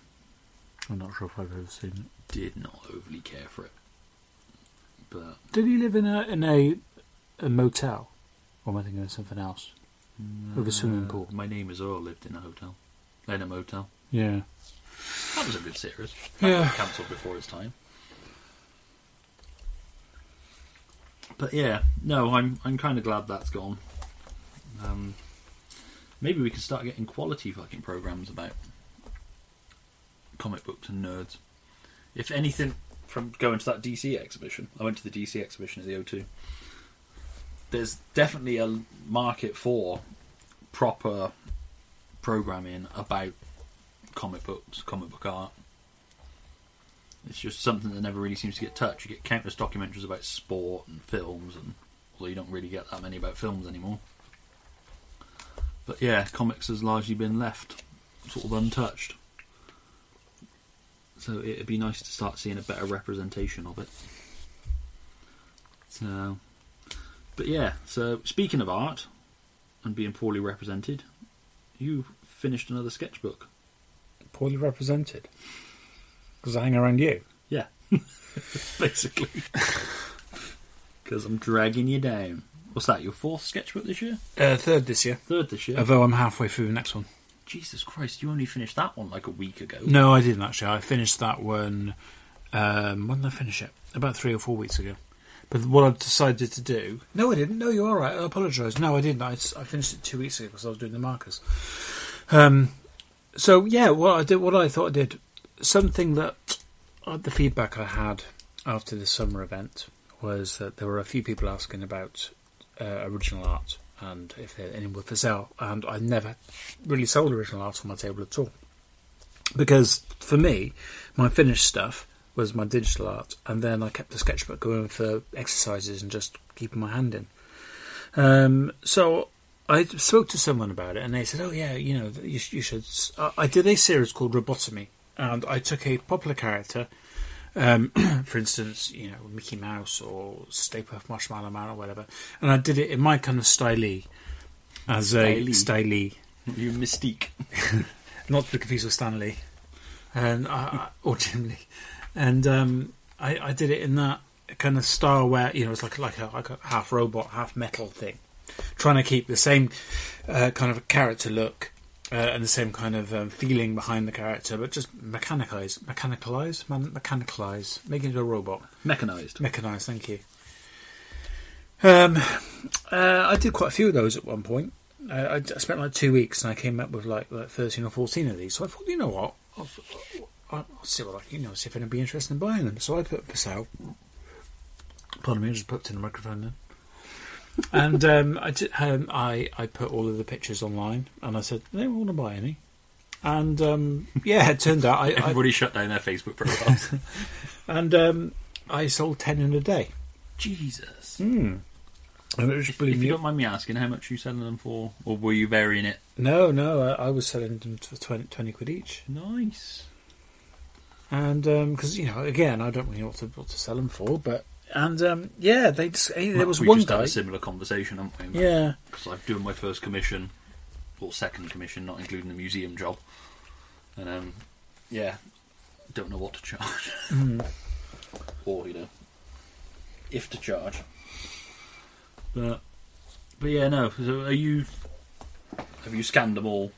Speaker 2: I'm not sure if I've ever seen it.
Speaker 1: did not overly care for it. But
Speaker 2: Did he live in a in a, a motel, or am I thinking of something else? With a swimming pool.
Speaker 1: Mm, my name is Earl. Lived in a hotel, in a motel.
Speaker 2: Yeah.
Speaker 1: That was a good series.
Speaker 2: Yeah.
Speaker 1: cancelled before its time. But yeah, no, I'm I'm kind of glad that's gone. Um, maybe we can start getting quality fucking programs about comic books and nerds. If anything, from going to that DC exhibition, I went to the DC exhibition at the O2. There's definitely a market for proper programming about comic books, comic book art It's just something that never really seems to get touched. You get countless documentaries about sport and films, and although you don't really get that many about films anymore. But yeah, comics has largely been left sort of untouched. So it'd be nice to start seeing a better representation of it. So, but yeah. So speaking of art and being poorly represented, you finished another sketchbook.
Speaker 2: Poorly represented. Because I hang around you.
Speaker 1: Yeah. Basically. Because I'm dragging you down. What's that, your fourth sketchbook this year?
Speaker 2: Uh, third this year.
Speaker 1: Third this year?
Speaker 2: Although I'm halfway through the next one.
Speaker 1: Jesus Christ, you only finished that one like a week ago.
Speaker 2: No, I didn't actually. I finished that one. Um, when did I finish it? About three or four weeks ago. But what I've decided to do. No, I didn't. No, you're all right. I apologise. No, I didn't. I, s- I finished it two weeks ago because I was doing the markers. Um, so yeah, what I did, what I thought I did, something that uh, the feedback I had after the summer event was that there were a few people asking about uh, original art and if they're anywhere for sale, and I never really sold original art on my table at all because for me, my finished stuff was my digital art, and then I kept the sketchbook going for exercises and just keeping my hand in. Um, so I spoke to someone about it, and they said, "Oh yeah, you know, you, sh- you should." s- I I did a series called Robotomy, and I took a popular character, um, for instance, you know, Mickey Mouse or Stay Puft Marshmallow Man or whatever, and I did it in my kind of style as a
Speaker 1: Style-y.
Speaker 2: style
Speaker 1: You mystique.
Speaker 2: not to be confused with Stanley, and I, I- or Jim Lee, and um, I, I did it in that kind of style where you know it's like like a, like a half robot, half metal thing, trying to keep the same uh, kind of character look uh, and the same kind of um, feeling behind the character, but just mechanicalize, mechanicalize, man, mechanicalize, making it a robot.
Speaker 1: Mechanized.
Speaker 2: Mechanized, thank you. Um, uh, I did quite a few of those at one point. I, I d- I spent like two weeks and I came up with like, like 13 or 14 of these. So I thought, you know what? I'll, I'll I'll see what I can, you know, see if anyone would be interested in buying them. So I put for sale. Pardon me, I just put in the microphone then. and um, I, did, um, I, I put all of the pictures online and I said, they want to buy any. And um, yeah, it turned out I, I,
Speaker 1: Everybody shut down their Facebook profiles.
Speaker 2: and um, I sold 10 in a day.
Speaker 1: Jesus.
Speaker 2: And it was
Speaker 1: Hmm. If
Speaker 2: brilliant.
Speaker 1: you don't mind me asking, how much are you selling them for? Or were you varying it?
Speaker 2: No, no, I, I was selling them for 20, 20 quid each.
Speaker 1: Nice.
Speaker 2: And because, you know, again, I don't really know what to, what to sell them for, but. And um, yeah, they just, eh, there was
Speaker 1: we
Speaker 2: one
Speaker 1: just had
Speaker 2: guy.
Speaker 1: a similar conversation, haven't we?
Speaker 2: Yeah.
Speaker 1: Because I'm doing my first commission, or second commission, not including the museum job. And um, yeah, don't know what to charge. or, you know, if to charge. But, but yeah, no. So are you. Have you scanned them all?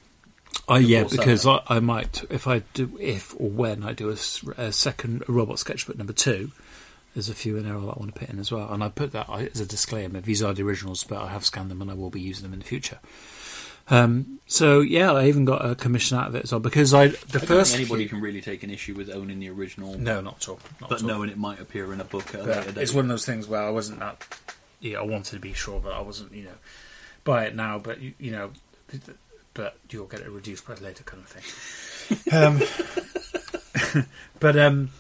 Speaker 2: Oh yeah,
Speaker 1: course,
Speaker 2: because I, I might if I do if or when I do a, s- a second robot sketchbook number two. There's a few in there that I want to put in as well, and I put that I- as a disclaimer. These are the originals, but I have scanned them and I will be using them in the future. Um, so yeah, I even got a commission out of it as well because
Speaker 1: I
Speaker 2: I the
Speaker 1: don't
Speaker 2: first
Speaker 1: think anybody
Speaker 2: few-
Speaker 1: can really take an issue with owning the original,
Speaker 2: no, not at all, not
Speaker 1: but
Speaker 2: at all.
Speaker 1: knowing it might appear in a book at a
Speaker 2: But
Speaker 1: later date.
Speaker 2: it's one of those things where I wasn't that. Yeah, I wanted to be sure, but I wasn't. You know, buy it now, but you, you know, th- th- but you'll get a reduced price later, kind of thing. um, but um,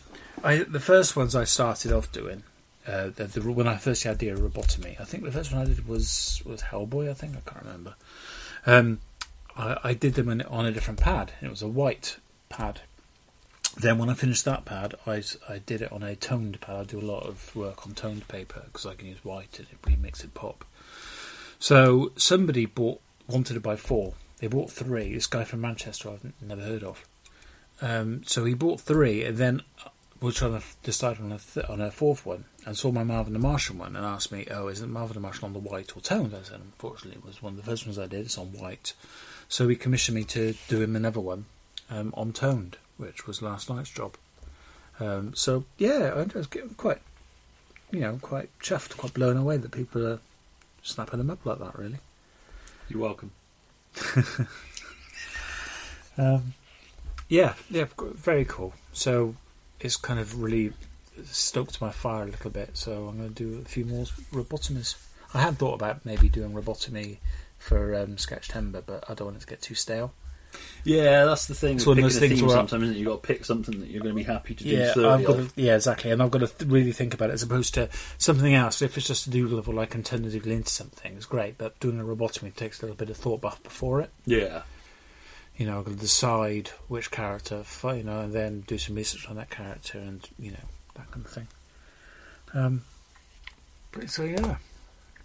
Speaker 2: I the first ones I started off doing. Uh, the, the, when I first had the robotomy, I think the first one I did was was Hellboy. I think I can't remember. Um, I, I did them in, on a different pad. It was a white pad, then when I finished that pad, I, s- I did it on a toned pad. I do a lot of work on toned paper because I can use white and it really makes it pop. So somebody bought wanted to buy four. They bought three. This guy from Manchester I've n- never heard of. Um, so he bought three, and then uh, we're trying to f- decide on a th- on a fourth one, and saw my Marvin the Martian one, and asked me, "Oh, isn't Marvin the Martian on the white or toned?" I said, "Unfortunately, it was one of the first ones I did. It's on white." So he commissioned me to do him another one um, on toned, which was last night's job. Um, so yeah, I'm just getting quite, you know, quite chuffed, quite blown away that people are snapping them up like that. Really.
Speaker 1: You're welcome.
Speaker 2: Um, yeah, yeah, g- very cool. So it's kind of really stoked my fire a little bit. So I'm going to do a few more robotomies. I had thought about maybe doing robotomy for um, Sketch Timber, but I don't want it to get too stale.
Speaker 1: Yeah, that's the thing.
Speaker 2: It's
Speaker 1: with
Speaker 2: one of those
Speaker 1: picking a
Speaker 2: things
Speaker 1: theme
Speaker 2: where I-
Speaker 1: sometimes, isn't it? You've got to pick something that you're going to be happy to do.
Speaker 2: Yeah,
Speaker 1: thoroughly
Speaker 2: I've got
Speaker 1: of.
Speaker 2: to, yeah, exactly, and I've got to th- really think about it as opposed to something else. If it's just a doodleable, I can turn the doodle into something. It's great, but doing a robotomy takes a little bit of thought buff before it.
Speaker 1: Yeah,
Speaker 2: You know, I've got to decide which character, fi- you know, and then do some research on that character, and you know that kind of thing. Um, but so yeah,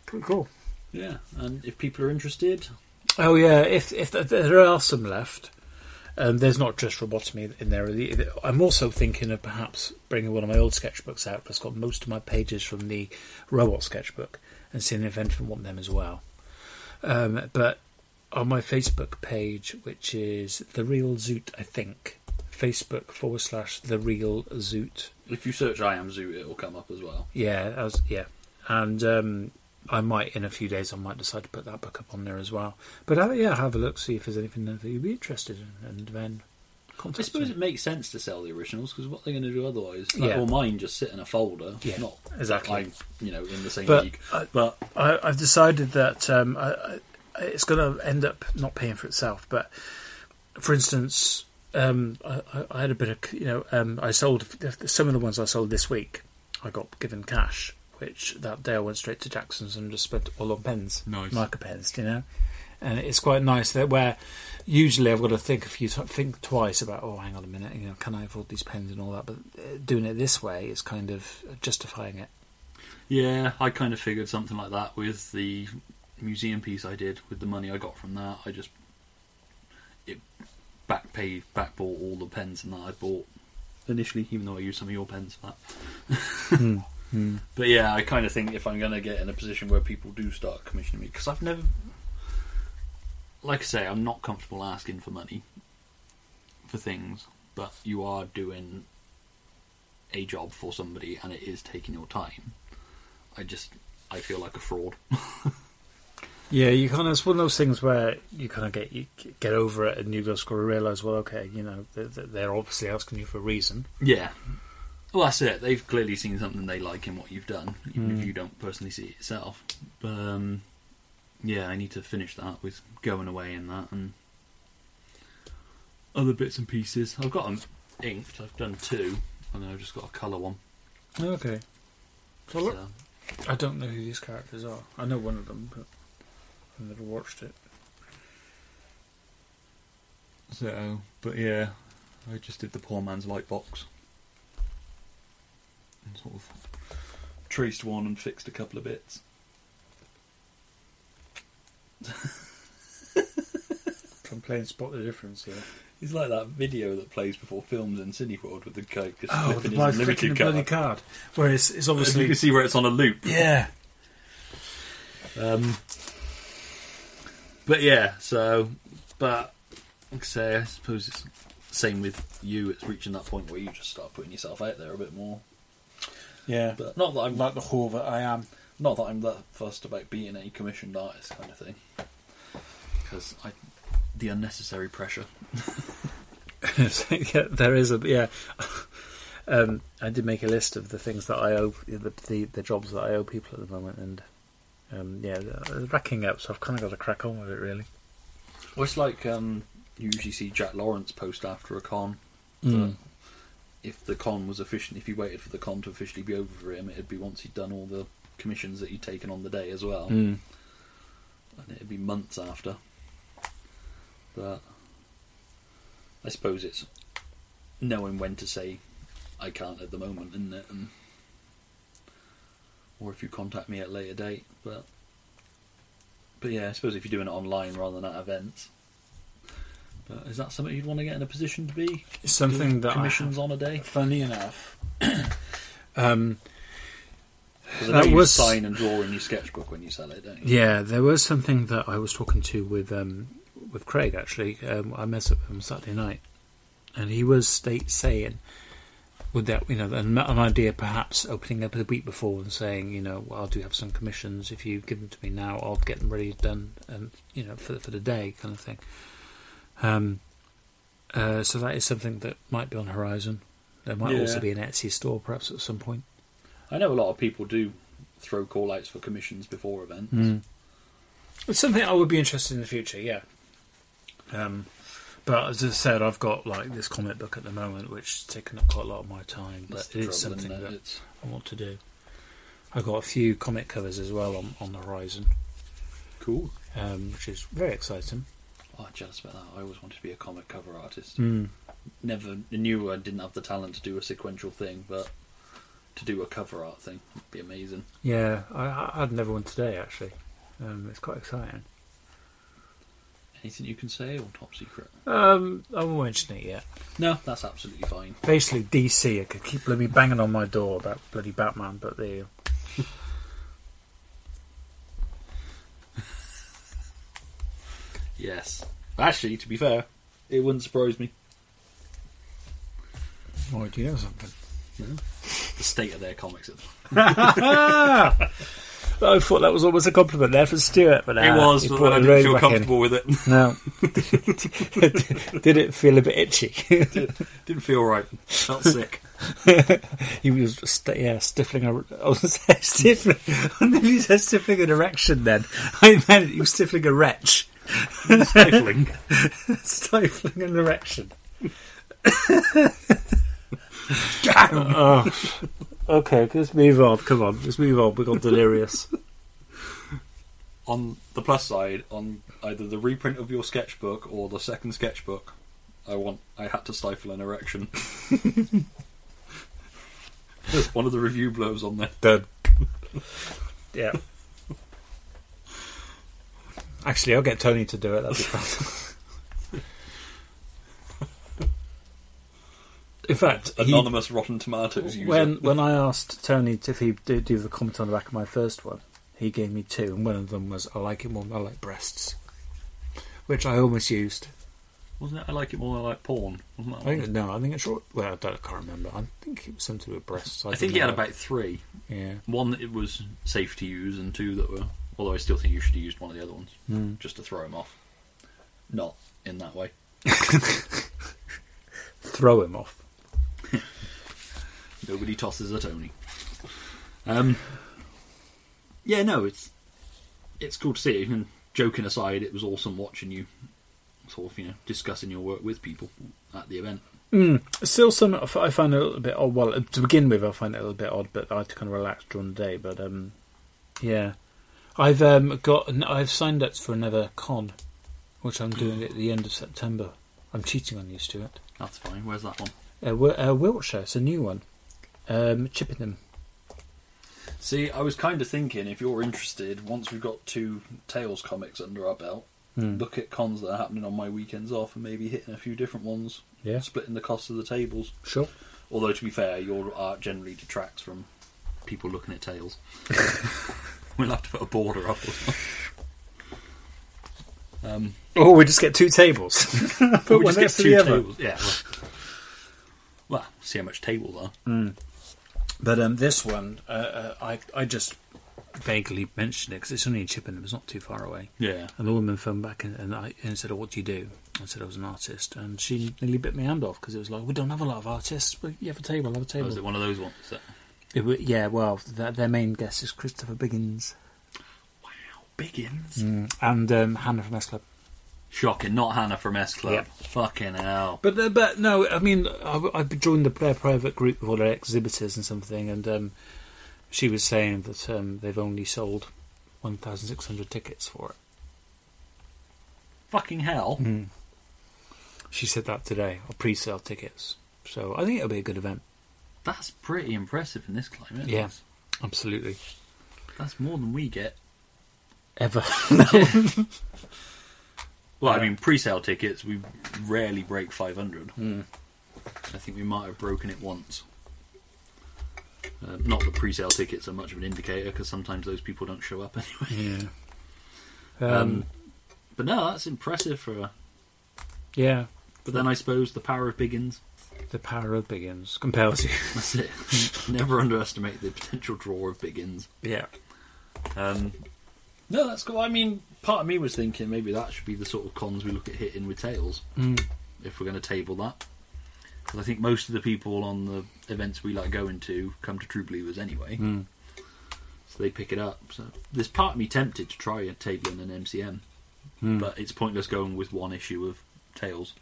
Speaker 2: pretty cool.
Speaker 1: yeah. And if people are interested,
Speaker 2: Oh yeah, if if th- there are some left, um, there's not just robotomy in there. The- I'm also thinking of perhaps bringing one of my old sketchbooks out. That's got most of my pages from the robot sketchbook, and seeing if anyone want them as well. Um, but on my Facebook page, which is the Real Zoot, I think Facebook forward slash the Real Zoot.
Speaker 1: if you search "I am Zoo," it will come up as well.
Speaker 2: Yeah, that was, yeah, and um, I might in a few days I might decide to put that book up on there as well. But uh, yeah, have a look, see if there's anything that you'd be interested in, and then contact.
Speaker 1: I suppose
Speaker 2: me.
Speaker 1: it makes sense to sell the originals because what they're going to do otherwise, like,
Speaker 2: Yeah.
Speaker 1: or mine just sit in a folder.
Speaker 2: Yeah,
Speaker 1: not
Speaker 2: exactly.
Speaker 1: I'm, you know, in the same
Speaker 2: But uh,
Speaker 1: league.
Speaker 2: I-
Speaker 1: but
Speaker 2: I, I've decided that um, I, I, it's going to end up not paying for itself. But for instance, um, I, I- I had a bit of you know um, I sold some of the ones I sold this week. I got given cash, which that day I went straight to Jackson's and just spent all on pens,
Speaker 1: Nice.
Speaker 2: marker pens, you know. And it's quite nice that where usually I've got to think a few t- think twice about oh hang on a minute you know can I afford these pens and all that. But uh, doing it this way is kind of justifying it.
Speaker 1: yeah, I kind of figured something like that with the museum piece I did with the money I got from that. I just it back paid, back bought all the pens and that I bought initially, even though I used some of your pens for that. But yeah, I kind of think if I'm going to get in a position where people do start commissioning me, because I've never, like I say, I'm not comfortable asking for money for things, but you are doing a job for somebody and it is taking your time. I just, I feel like a fraud.
Speaker 2: Yeah, you kind of it's one of those things where you kind of get you get over it, and you just got to realise, well, okay, you know, they're, they're obviously asking you for a reason.
Speaker 1: yeah. Well, that's it. They've clearly seen something they like in what you've done, even if you don't personally see it yourself. But um, yeah, I need to finish that with going away and that and other bits and pieces. I've got them inked. I've done two, and then I've just got a colour one.
Speaker 2: Okay. So look,
Speaker 1: So,
Speaker 2: I don't know who these characters are. I know one of them, but I've never watched it.
Speaker 1: so, but yeah, I just did the poor man's light box and sort of traced one and fixed a couple of bits.
Speaker 2: I'm playing spot the difference here.
Speaker 1: He's like that video that plays before films in Cineworld with the guy just
Speaker 2: Oh, the
Speaker 1: flipping
Speaker 2: bloody,
Speaker 1: his limited
Speaker 2: freaking
Speaker 1: card.
Speaker 2: bloody card. Where it's, it's
Speaker 1: Obviously, you
Speaker 2: obviously
Speaker 1: can see where it's on a loop.
Speaker 2: yeah.
Speaker 1: Um, but yeah, so but like I say, I suppose it's same with you. It's reaching that point where you just start putting yourself out there a bit more.
Speaker 2: Yeah,
Speaker 1: But not that I'm
Speaker 2: the whore that I am.
Speaker 1: not that I'm that fussed about being a commissioned artist kind of thing. Because I, the unnecessary pressure.
Speaker 2: yeah, there is a yeah. Um, I did make a list of the things that I owe the the, the jobs that I owe people at the moment, and um, yeah, uh, racking up. So I've kind of got to crack on with it, really.
Speaker 1: Well, it's like um, you usually see Jack Lawrence post after a con.
Speaker 2: Mm.
Speaker 1: That if the con was efficient, if he waited for the con to officially be over for him, it'd be once he'd done all the commissions that he'd taken on the day as well,
Speaker 2: Hmm. mm.
Speaker 1: and it'd be months after. But I suppose it's knowing when to say I can't at the moment, isn't it? And or if you contact me at a later date, but but yeah, I suppose if you're doing it online rather than at events. But is that something you'd want to get in a position to be?
Speaker 2: It's something
Speaker 1: Doing
Speaker 2: that
Speaker 1: commissions on a day.
Speaker 2: I, funny enough. um,
Speaker 1: 'Cause I
Speaker 2: That
Speaker 1: know you
Speaker 2: was-
Speaker 1: sign and draw in your sketchbook when you sell it, don't you?
Speaker 2: yeah, there was something that I was talking to with um, with Craig actually. Um, I met up with him Saturday night, and he was state saying. Would that you know an, an idea perhaps opening up the week before and saying you know well, I do have some commissions if you give them to me now I'll get them ready done and you know for for the day kind of thing. Um, uh, so that is something that might be on the horizon. There might
Speaker 1: Yeah.
Speaker 2: also be an Etsy store perhaps at some point.
Speaker 1: I know a lot of people do throw call outs for commissions before
Speaker 2: Mm.
Speaker 1: events.
Speaker 2: It's something I would be interested in the future. Yeah. Um, But as I said, I've got like this comic book at the moment, which is taking up quite a lot of my time. But it is something that
Speaker 1: it's
Speaker 2: I want to do. I've got a few comic covers as well on, on the horizon,
Speaker 1: cool.
Speaker 2: um, which is very exciting.
Speaker 1: Oh, I'm jealous about that. I always wanted to be a comic cover artist.
Speaker 2: Mm.
Speaker 1: Never knew I didn't have the talent to do a sequential thing, but to do a cover art thing would be amazing.
Speaker 2: Yeah, I, I had another one today actually. Um, it's quite exciting.
Speaker 1: Anything you can say or top secret?
Speaker 2: Um, I won't mention it yet.
Speaker 1: No, that's absolutely fine.
Speaker 2: Basically, DC. I could keep bloody banging on my door about bloody Batman, but they.
Speaker 1: Yes. Actually, to be fair, it wouldn't surprise me.
Speaker 2: Oh, do you know something?
Speaker 1: The state of their comics. It
Speaker 2: I thought that was almost a compliment there for Stuart, but uh,
Speaker 1: was,
Speaker 2: he
Speaker 1: but
Speaker 2: brought
Speaker 1: then I
Speaker 2: it
Speaker 1: didn't
Speaker 2: right
Speaker 1: feel
Speaker 2: back in.
Speaker 1: comfortable with it.
Speaker 2: No. Did it feel a bit itchy?
Speaker 1: didn't feel right. Felt sick.
Speaker 2: he was st- yeah stifling. A, I was gonna say stifling. I nearly said stifling an erection. Then I meant he was stifling a wretch,
Speaker 1: Stifling.
Speaker 2: stifling an erection. oh. Okay, let's move on. Come on, let's move on. We got delirious.
Speaker 1: on the plus side, on either the reprint of your sketchbook or the second sketchbook, I want I had to stifle an erection. That's one of the review blows on there.
Speaker 2: Done. yeah. Actually, I'll get Tony to do it. That'd be fun. In fact, he,
Speaker 1: Anonymous Rotten Tomatoes user.
Speaker 2: when when I asked Tony if he did do the comment on the back of my first one, he gave me two, and one of them was "I like it more. than I like breasts," which I almost used.
Speaker 1: wasn't it? I like it more. I like porn. Wasn't that
Speaker 2: I
Speaker 1: one?
Speaker 2: think no, I think it's short. Well, I, don't, I can't remember. I think it was something to do with breasts.
Speaker 1: I think
Speaker 2: don't
Speaker 1: it had
Speaker 2: know.
Speaker 1: about three.
Speaker 2: yeah.
Speaker 1: One that it was safe to use, and two that were. Although I still think you should have used one of the other ones
Speaker 2: Mm.
Speaker 1: just to throw them off. Not in that way.
Speaker 2: Throw him off.
Speaker 1: Nobody tosses at Tony. Um, yeah, no, it's it's cool to see. And joking aside, it was awesome watching you sort of you know discussing your work with people at the event.
Speaker 2: Mm. Still, some I fi- I find it a little bit odd. Well, to begin with, I find it a little bit odd, but I had to kind of relax during the day. But um, yeah, I've um, got an- I've signed up for another con, which I'm doing at the end of September. I'm cheating on you, Stuart.
Speaker 1: That's fine. Where's that one?
Speaker 2: Uh, Wi- uh, Wiltshire, it's a new one. Um, Chippenham.
Speaker 1: See, I was kind of thinking if you're interested, once we've got two Tales comics under our belt,
Speaker 2: Hmm.
Speaker 1: look at cons that are happening on my weekends off, and maybe hitting a few different ones,
Speaker 2: Yeah,
Speaker 1: splitting the cost of the tables.
Speaker 2: sure.
Speaker 1: Although to be fair, your art generally detracts from people looking at tails. we'll have to put a border up. Or something. um,
Speaker 2: Oh, we just get two tables. Put
Speaker 1: we
Speaker 2: one
Speaker 1: just get
Speaker 2: next to
Speaker 1: two
Speaker 2: the other.
Speaker 1: tables. Yeah. Well, well, see how much tables are.
Speaker 2: But um, this one, uh, uh, I I just vaguely mentioned it because it's only in Chippenham. It's not too far away.
Speaker 1: Yeah.
Speaker 2: And the woman phoned back and, and I and said, "Oh, what do you do?" I said I was an artist, and she nearly bit my hand off because it was like, "We don't have a lot of artists. Well, you have a table, have a
Speaker 1: Or
Speaker 2: table."
Speaker 1: Oh, is it one of those ones? That...
Speaker 2: It wa- yeah, well, th their main guest is Christopher Biggins
Speaker 1: Wow, Biggins.
Speaker 2: and um, Hannah from S Club.
Speaker 1: Shocking. Not Hannah from S Club.
Speaker 2: Yeah.
Speaker 1: Fucking hell.
Speaker 2: But uh, but no, I mean, I, I joined the, their private group with all their exhibitors and something, and um, she was saying that um, they've only sold one thousand six hundred tickets for it.
Speaker 1: Fucking hell.
Speaker 2: Mm. She said that today, or pre-sale tickets. So I think it'll be a good event.
Speaker 1: That's pretty impressive in this climate.
Speaker 2: Yeah, absolutely.
Speaker 1: That's more than we get.
Speaker 2: Ever.
Speaker 1: Well, I
Speaker 2: Yeah.
Speaker 1: mean, pre-sale tickets we rarely break 500. I think we might have broken it once. Uh, not that pre-sale tickets are much of an indicator because sometimes those people don't show up anyway.
Speaker 2: Yeah.
Speaker 1: Um, but no, that's impressive for. A,
Speaker 2: yeah,
Speaker 1: but then I suppose the power of Biggins.
Speaker 2: the power of begins compels you.
Speaker 1: That's it. Never underestimate the potential draw of Biggins.
Speaker 2: yeah.
Speaker 1: Um, no, that's cool. I mean, part of me was thinking maybe that should be the sort of cons we look at hitting with tails if we're going to table that. Because I think most of the people on the events we like going to come to True Believers anyway, so they pick it up. So there's part of me tempted to try a table and an MCM, but it's pointless going with one issue of tails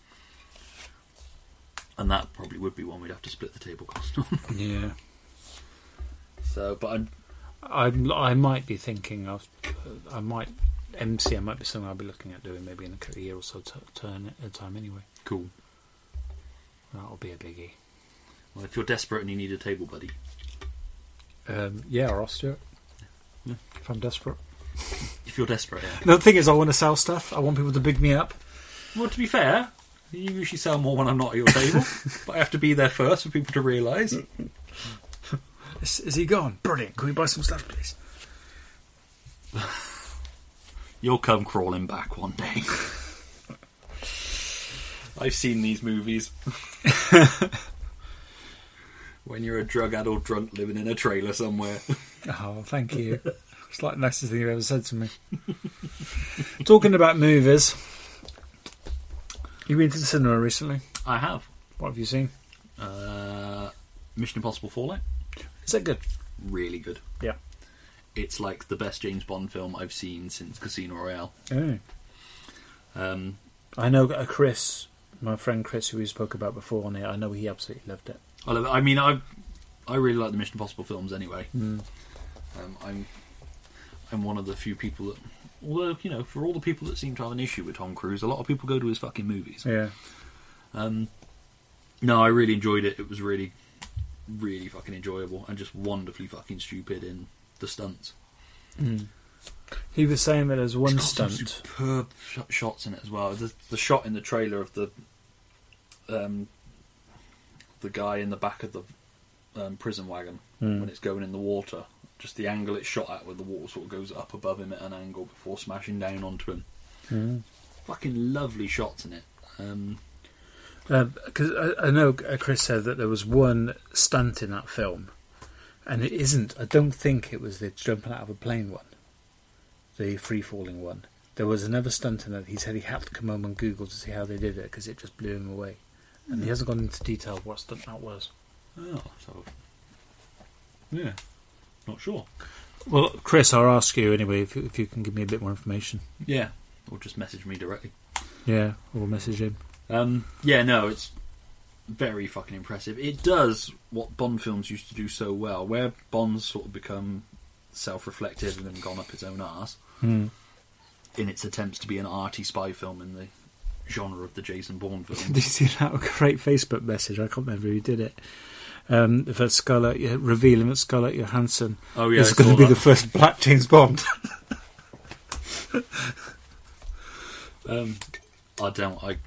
Speaker 1: and that probably would be one we'd have to split the table cost on.
Speaker 2: Yeah.
Speaker 1: so, but I'd,
Speaker 2: I I might be thinking of I might MC. I might be something I'll be looking at doing maybe in a year or so t- turn at a time anyway.
Speaker 1: cool.
Speaker 2: That'll be a biggie.
Speaker 1: Well, if you're desperate and you need a table buddy,
Speaker 2: Um, yeah, or I'll do it.
Speaker 1: Yeah.
Speaker 2: If I'm desperate.
Speaker 1: if you're desperate, yeah.
Speaker 2: The thing is, I want to sell stuff. I want people to big me up.
Speaker 1: Well, to be fair, you usually sell more when I'm not at your table, but I have to be there first for people to realise.
Speaker 2: Is, is he gone? Brilliant. Can we buy some stuff, please?
Speaker 1: You'll come crawling back one day. I've seen these movies. when you're a drug addled drunk living in a trailer somewhere.
Speaker 2: Oh, thank you. it's like the nicest thing you've ever said to me. Talking about movies, you've been to the cinema recently.
Speaker 1: I have.
Speaker 2: What have you seen?
Speaker 1: Uh, Mission Impossible Fallout.
Speaker 2: Is that good?
Speaker 1: Really good.
Speaker 2: Yeah.
Speaker 1: It's like the best James Bond film I've seen since Casino Royale.
Speaker 2: Oh.
Speaker 1: Um,
Speaker 2: I know uh, Chris, my friend Chris, who we spoke about before on here. I know he absolutely loved it.
Speaker 1: I love it. I mean, I I really like the Mission Impossible films anyway.
Speaker 2: Mm.
Speaker 1: Um, I'm I'm one of the few people that, although you know, for all the people that seem to have an issue with Tom Cruise, a lot of people go to his fucking movies.
Speaker 2: Yeah.
Speaker 1: Um, no, I really enjoyed it. It was really, really fucking enjoyable and just wonderfully fucking stupid in the stunts.
Speaker 2: He was saying that there's one
Speaker 1: It's got some
Speaker 2: stunt.
Speaker 1: superb sh- shots in it as well. The, the shot in the trailer of the um, the guy in the back of the um, prison wagon
Speaker 2: Hmm.
Speaker 1: when it's going in the water. Just the angle it's shot at, where the water sort of goes up above him at an angle before smashing down onto him.
Speaker 2: Mm.
Speaker 1: Fucking lovely shots in it. Um,
Speaker 2: Because Um, I, I know uh, Chris said that there was one stunt in that film, and it isn't. I don't think it was the jumping out of a plane one, the free falling one. There was another stunt in that he said he had to come home and Google to see how they did it because it just blew him away. And he hasn't gone into detail what stunt that was.
Speaker 1: oh, so yeah, not sure.
Speaker 2: Well, Chris, I'll ask you anyway if, if you can give me a bit more information.
Speaker 1: Yeah, or just message me directly.
Speaker 2: Yeah, or message him.
Speaker 1: Um, yeah, no, it's very fucking impressive. It does what Bond films used to do so well, where Bond's sort of become self-reflective and then gone up its own arse
Speaker 2: Hmm.
Speaker 1: in its attempts to be an arty spy film in the genre of the Jason Bourne
Speaker 2: Did you
Speaker 1: film.
Speaker 2: see that great Facebook message? I can't remember who did it. Um, for Scarlett, yeah, revealing that Scarlett Johansson
Speaker 1: oh yeah,
Speaker 2: is going to be the first Black James Bond.
Speaker 1: the. Um, I don't. I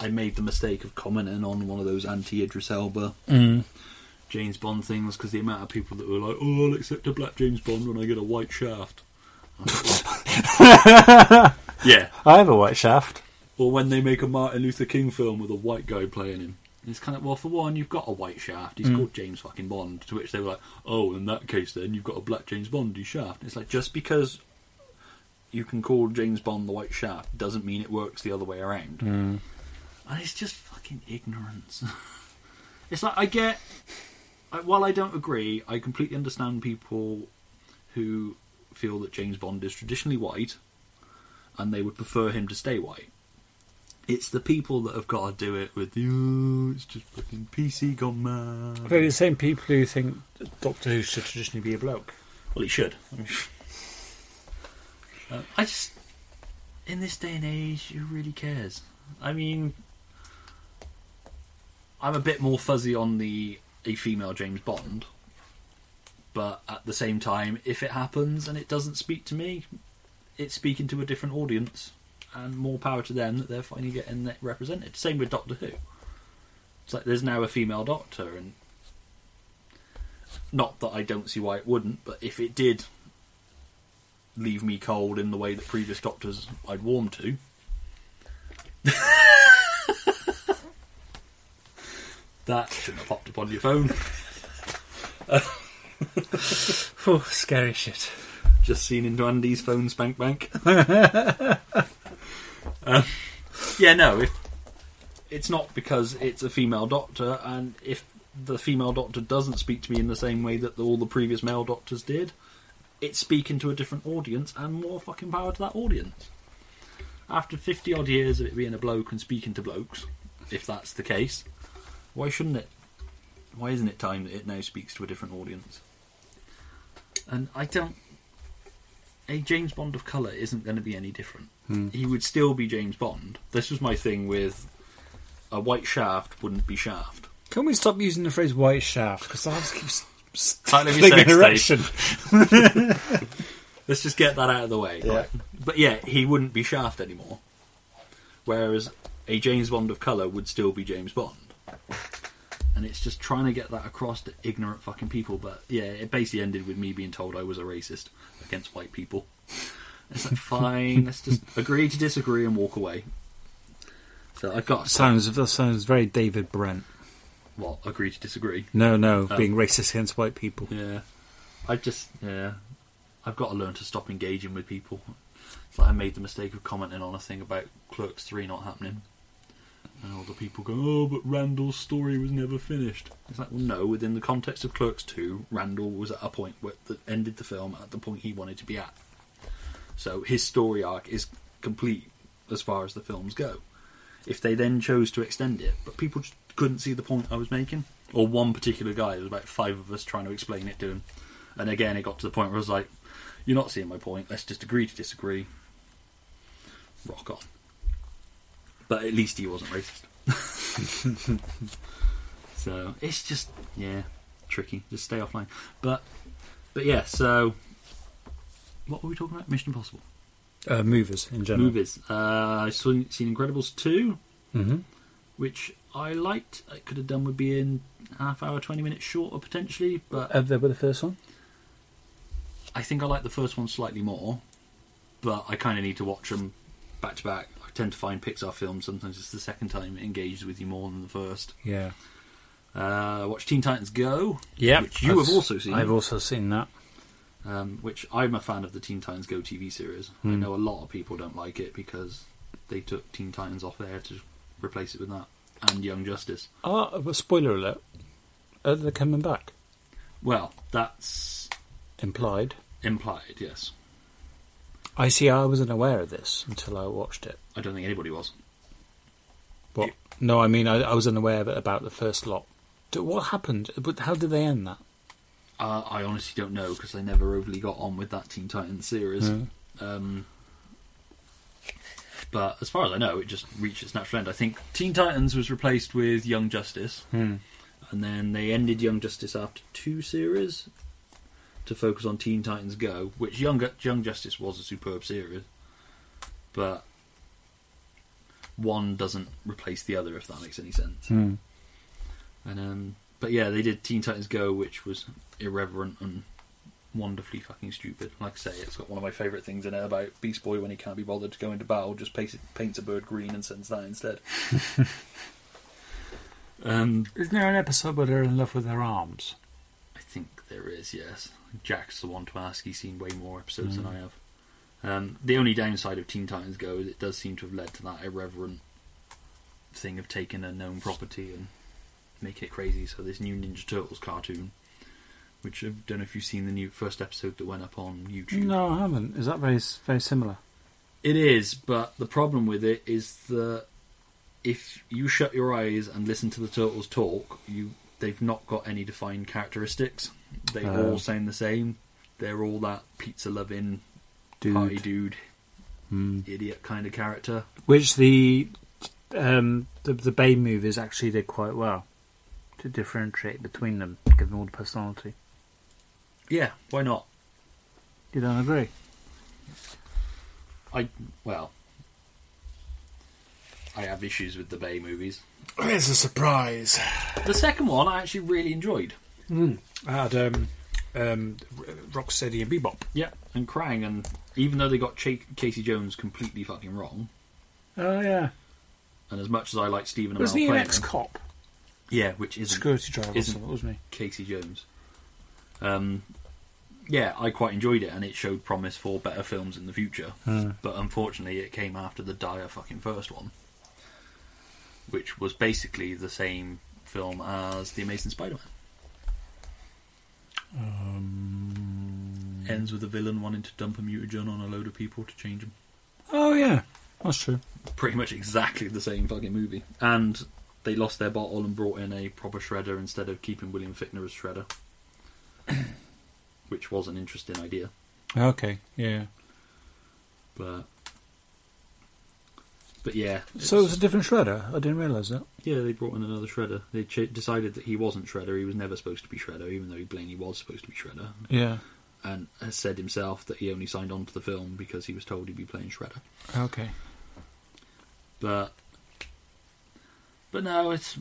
Speaker 1: I made the mistake of commenting on one of those anti-Idris Elba James Bond things because the amount of people that were like, "Oh, I'll accept a black James Bond when I get a white shaft." I'm like, yeah,
Speaker 2: I have a white shaft.
Speaker 1: or when they make a Martin Luther King film with a white guy playing him. And It's kind of well, for one, you've got a white Shaft. He's called James fucking Bond. To which they were like, "Oh, in that case, then you've got a black James Bond. You Shaft." It's like just because you can call James Bond the White Shaft doesn't mean it works the other way around. And it's just fucking ignorance. it's like I get, I, while I don't agree, I completely understand people who feel that James Bond is traditionally white, and they would prefer him to stay white it's the people that have got to do it with the oh, it's just fucking PC gone mad.
Speaker 2: They're the same people who think Doctor Who should traditionally be a bloke.
Speaker 1: Well, he should. I, mean, uh, I just, in this day and age, who really cares? I mean, I'm a bit more fuzzy on the a female James Bond, but at the same time, if it happens and it doesn't speak to me, it's speaking to a different audience, and more power to them that they're finally getting that represented. Same with Doctor Who. It's like there's now a female Doctor, and not that I don't see why it wouldn't, but if it did leave me cold in the way that previous doctors I'd warmed to. that shouldn't have popped up on your phone.
Speaker 2: Oh, scary shit.
Speaker 1: Just seen into Andy's phone spank bank. Um, yeah, no, if it's not because it's a female doctor, and if the female doctor doesn't speak to me in the same way that all the previous male doctors did, it's speaking to a different audience, and more fucking power to that audience. After 50 odd years of it being a bloke and speaking to blokes, if that's the case, Why shouldn't it? Why isn't it time that it now speaks to a different audience? And I don't. A James Bond of colour isn't going to be any different. He would still be James Bond. This was my thing with a white shaft wouldn't be shaft.
Speaker 2: Can we stop using the phrase white shaft? Because I just keep s- s-
Speaker 1: Tyler, you
Speaker 2: thinking
Speaker 1: said it's
Speaker 2: erection.
Speaker 1: Let's just get that out of the way. Like, but yeah, he wouldn't be Shaft anymore. Whereas a James Bond of colour would still be James Bond. And it's just trying to get that across to ignorant fucking people. But yeah, it basically ended with me being told I was a racist against white people. It's like, fine, let's just agree to disagree and walk away. So I got
Speaker 2: Sounds that sounds very David Brent.
Speaker 1: well, agree to disagree.
Speaker 2: No, no,
Speaker 1: Oh.
Speaker 2: being racist against white people.
Speaker 1: Yeah. I just yeah. I've got to learn to stop engaging with people. It's like I made the mistake of commenting on a thing about Clerks Three not happening. And all the people go, Oh, but Randall's story was never finished. It's like, well no, within the context of Clerks Two, Randall was at a point where that ended the film at the point he wanted to be at. So his story arc is complete as far as the films go. If they then chose to extend it, but people just couldn't see the point I was making, or one particular guy, there was about five of us trying to explain it to him, and again it got to the point where I was like, "You're not seeing my point. Let's just agree to disagree. Rock on." But at least he wasn't racist. so it's just yeah, tricky. Just stay offline. But but yeah, so what were we talking about? Mission Impossible.
Speaker 2: Uh, movers in general.
Speaker 1: Movies. Uh, I've seen, seen Incredibles 2,
Speaker 2: Mhm.
Speaker 1: which I liked. I could have done with being half hour, 20 minutes shorter potentially, but
Speaker 2: Uh, they were the first one.
Speaker 1: I think I like the first one slightly more. But I kind of need to watch them back to back. I tend to find Pixar films sometimes it's the second time it engages with you more than the first.
Speaker 2: Yeah.
Speaker 1: Uh, watch Teen Titans Go,
Speaker 2: Yeah.
Speaker 1: which you have also seen.
Speaker 2: I've also seen that.
Speaker 1: um, which I'm a fan of the Teen Titans Go TV series. I know a lot of people don't like it because they took Teen Titans off air to replace it with that and Young Justice.
Speaker 2: Oh, but spoiler alert. Uh, they're coming back.
Speaker 1: Well, that's
Speaker 2: Implied.
Speaker 1: implied, yes.
Speaker 2: I see. I wasn't aware of this until I watched it.
Speaker 1: I don't think anybody was.
Speaker 2: What? No, I mean I, I was unaware of it about the first lot. Do- What happened? But how did they end that?
Speaker 1: Uh, I honestly don't know because I never overly got on with that Teen Titans series. Um, but as far as I know, it just reached its natural end. I think Teen Titans was replaced with Young Justice, and then they ended Young Justice after two series to focus on Teen Titans Go, which Young Young Justice was a superb series, but one doesn't replace the other if that makes any sense. And um, but yeah, they did Teen Titans Go, which was irreverent and wonderfully fucking stupid. Like I say, it's got one of my favourite things in it about Beast Boy when he can't be bothered to go into battle, just paints, paints a bird green and sends that instead. um,
Speaker 2: Isn't there an episode where they're in love with their arms?
Speaker 1: I think there is, yes. Jack's the one to ask. He's seen way more episodes than I have. Um, the only downside of Teen Titans Go is it does seem to have led to that irreverent thing of taking a known property and making it crazy. So this new Ninja Turtles cartoon, which I don't know if you've seen the new first episode that went up on YouTube.
Speaker 2: No, I haven't. Is that very s- very similar?
Speaker 1: It is, but the problem with it is that if you shut your eyes and listen to the turtles talk, you they've not got any defined characteristics. They
Speaker 2: Oh.
Speaker 1: all sound the same. They're all that pizza loving
Speaker 2: Dude. Hmm.
Speaker 1: party dude, idiot kind of character.
Speaker 2: Which the um, the the Bay movies actually did quite well to differentiate between them, give them all the personality.
Speaker 1: Yeah, why not?
Speaker 2: You don't agree?
Speaker 1: I well, I have issues with the Bay movies.
Speaker 2: There's a surprise.
Speaker 1: The second one I actually really enjoyed.
Speaker 2: I had um, um, Rocksteady and Bebop.
Speaker 1: Yeah, and Krang, and even though they got Ch- Casey Jones completely fucking wrong,
Speaker 2: Oh yeah,
Speaker 1: and as much as I like Stephen,
Speaker 2: wasn't he
Speaker 1: Amell
Speaker 2: an
Speaker 1: playing him-
Speaker 2: ex-cop,
Speaker 1: Yeah, which isn't
Speaker 2: security driver, or
Speaker 1: Isn't-
Speaker 2: something, wasn't he?
Speaker 1: Casey Jones. Um, yeah, I quite enjoyed it, and it showed promise for better films in the future. But unfortunately, it came after the dire fucking first one, which was basically the same film as The Amazing Spider-Man.
Speaker 2: Um,
Speaker 1: Ends with a villain wanting to dump a mutagen on a load of people to change them.
Speaker 2: Oh yeah, that's true.
Speaker 1: Pretty much exactly the same fucking movie, and they lost their bottle and brought in a proper shredder instead of keeping William Fickner as shredder, which was an interesting idea.
Speaker 2: Okay, yeah.
Speaker 1: But but yeah,
Speaker 2: So it
Speaker 1: it's-
Speaker 2: was a different shredder. I didn't realise that.
Speaker 1: yeah, they brought in another shredder. They ch- decided that he wasn't shredder. He was never supposed to be shredder, even though Blaney was supposed to be shredder,
Speaker 2: Yeah.
Speaker 1: and has said himself that he only signed on to the film because he was told he'd be playing shredder.
Speaker 2: Okay.
Speaker 1: But but no, it's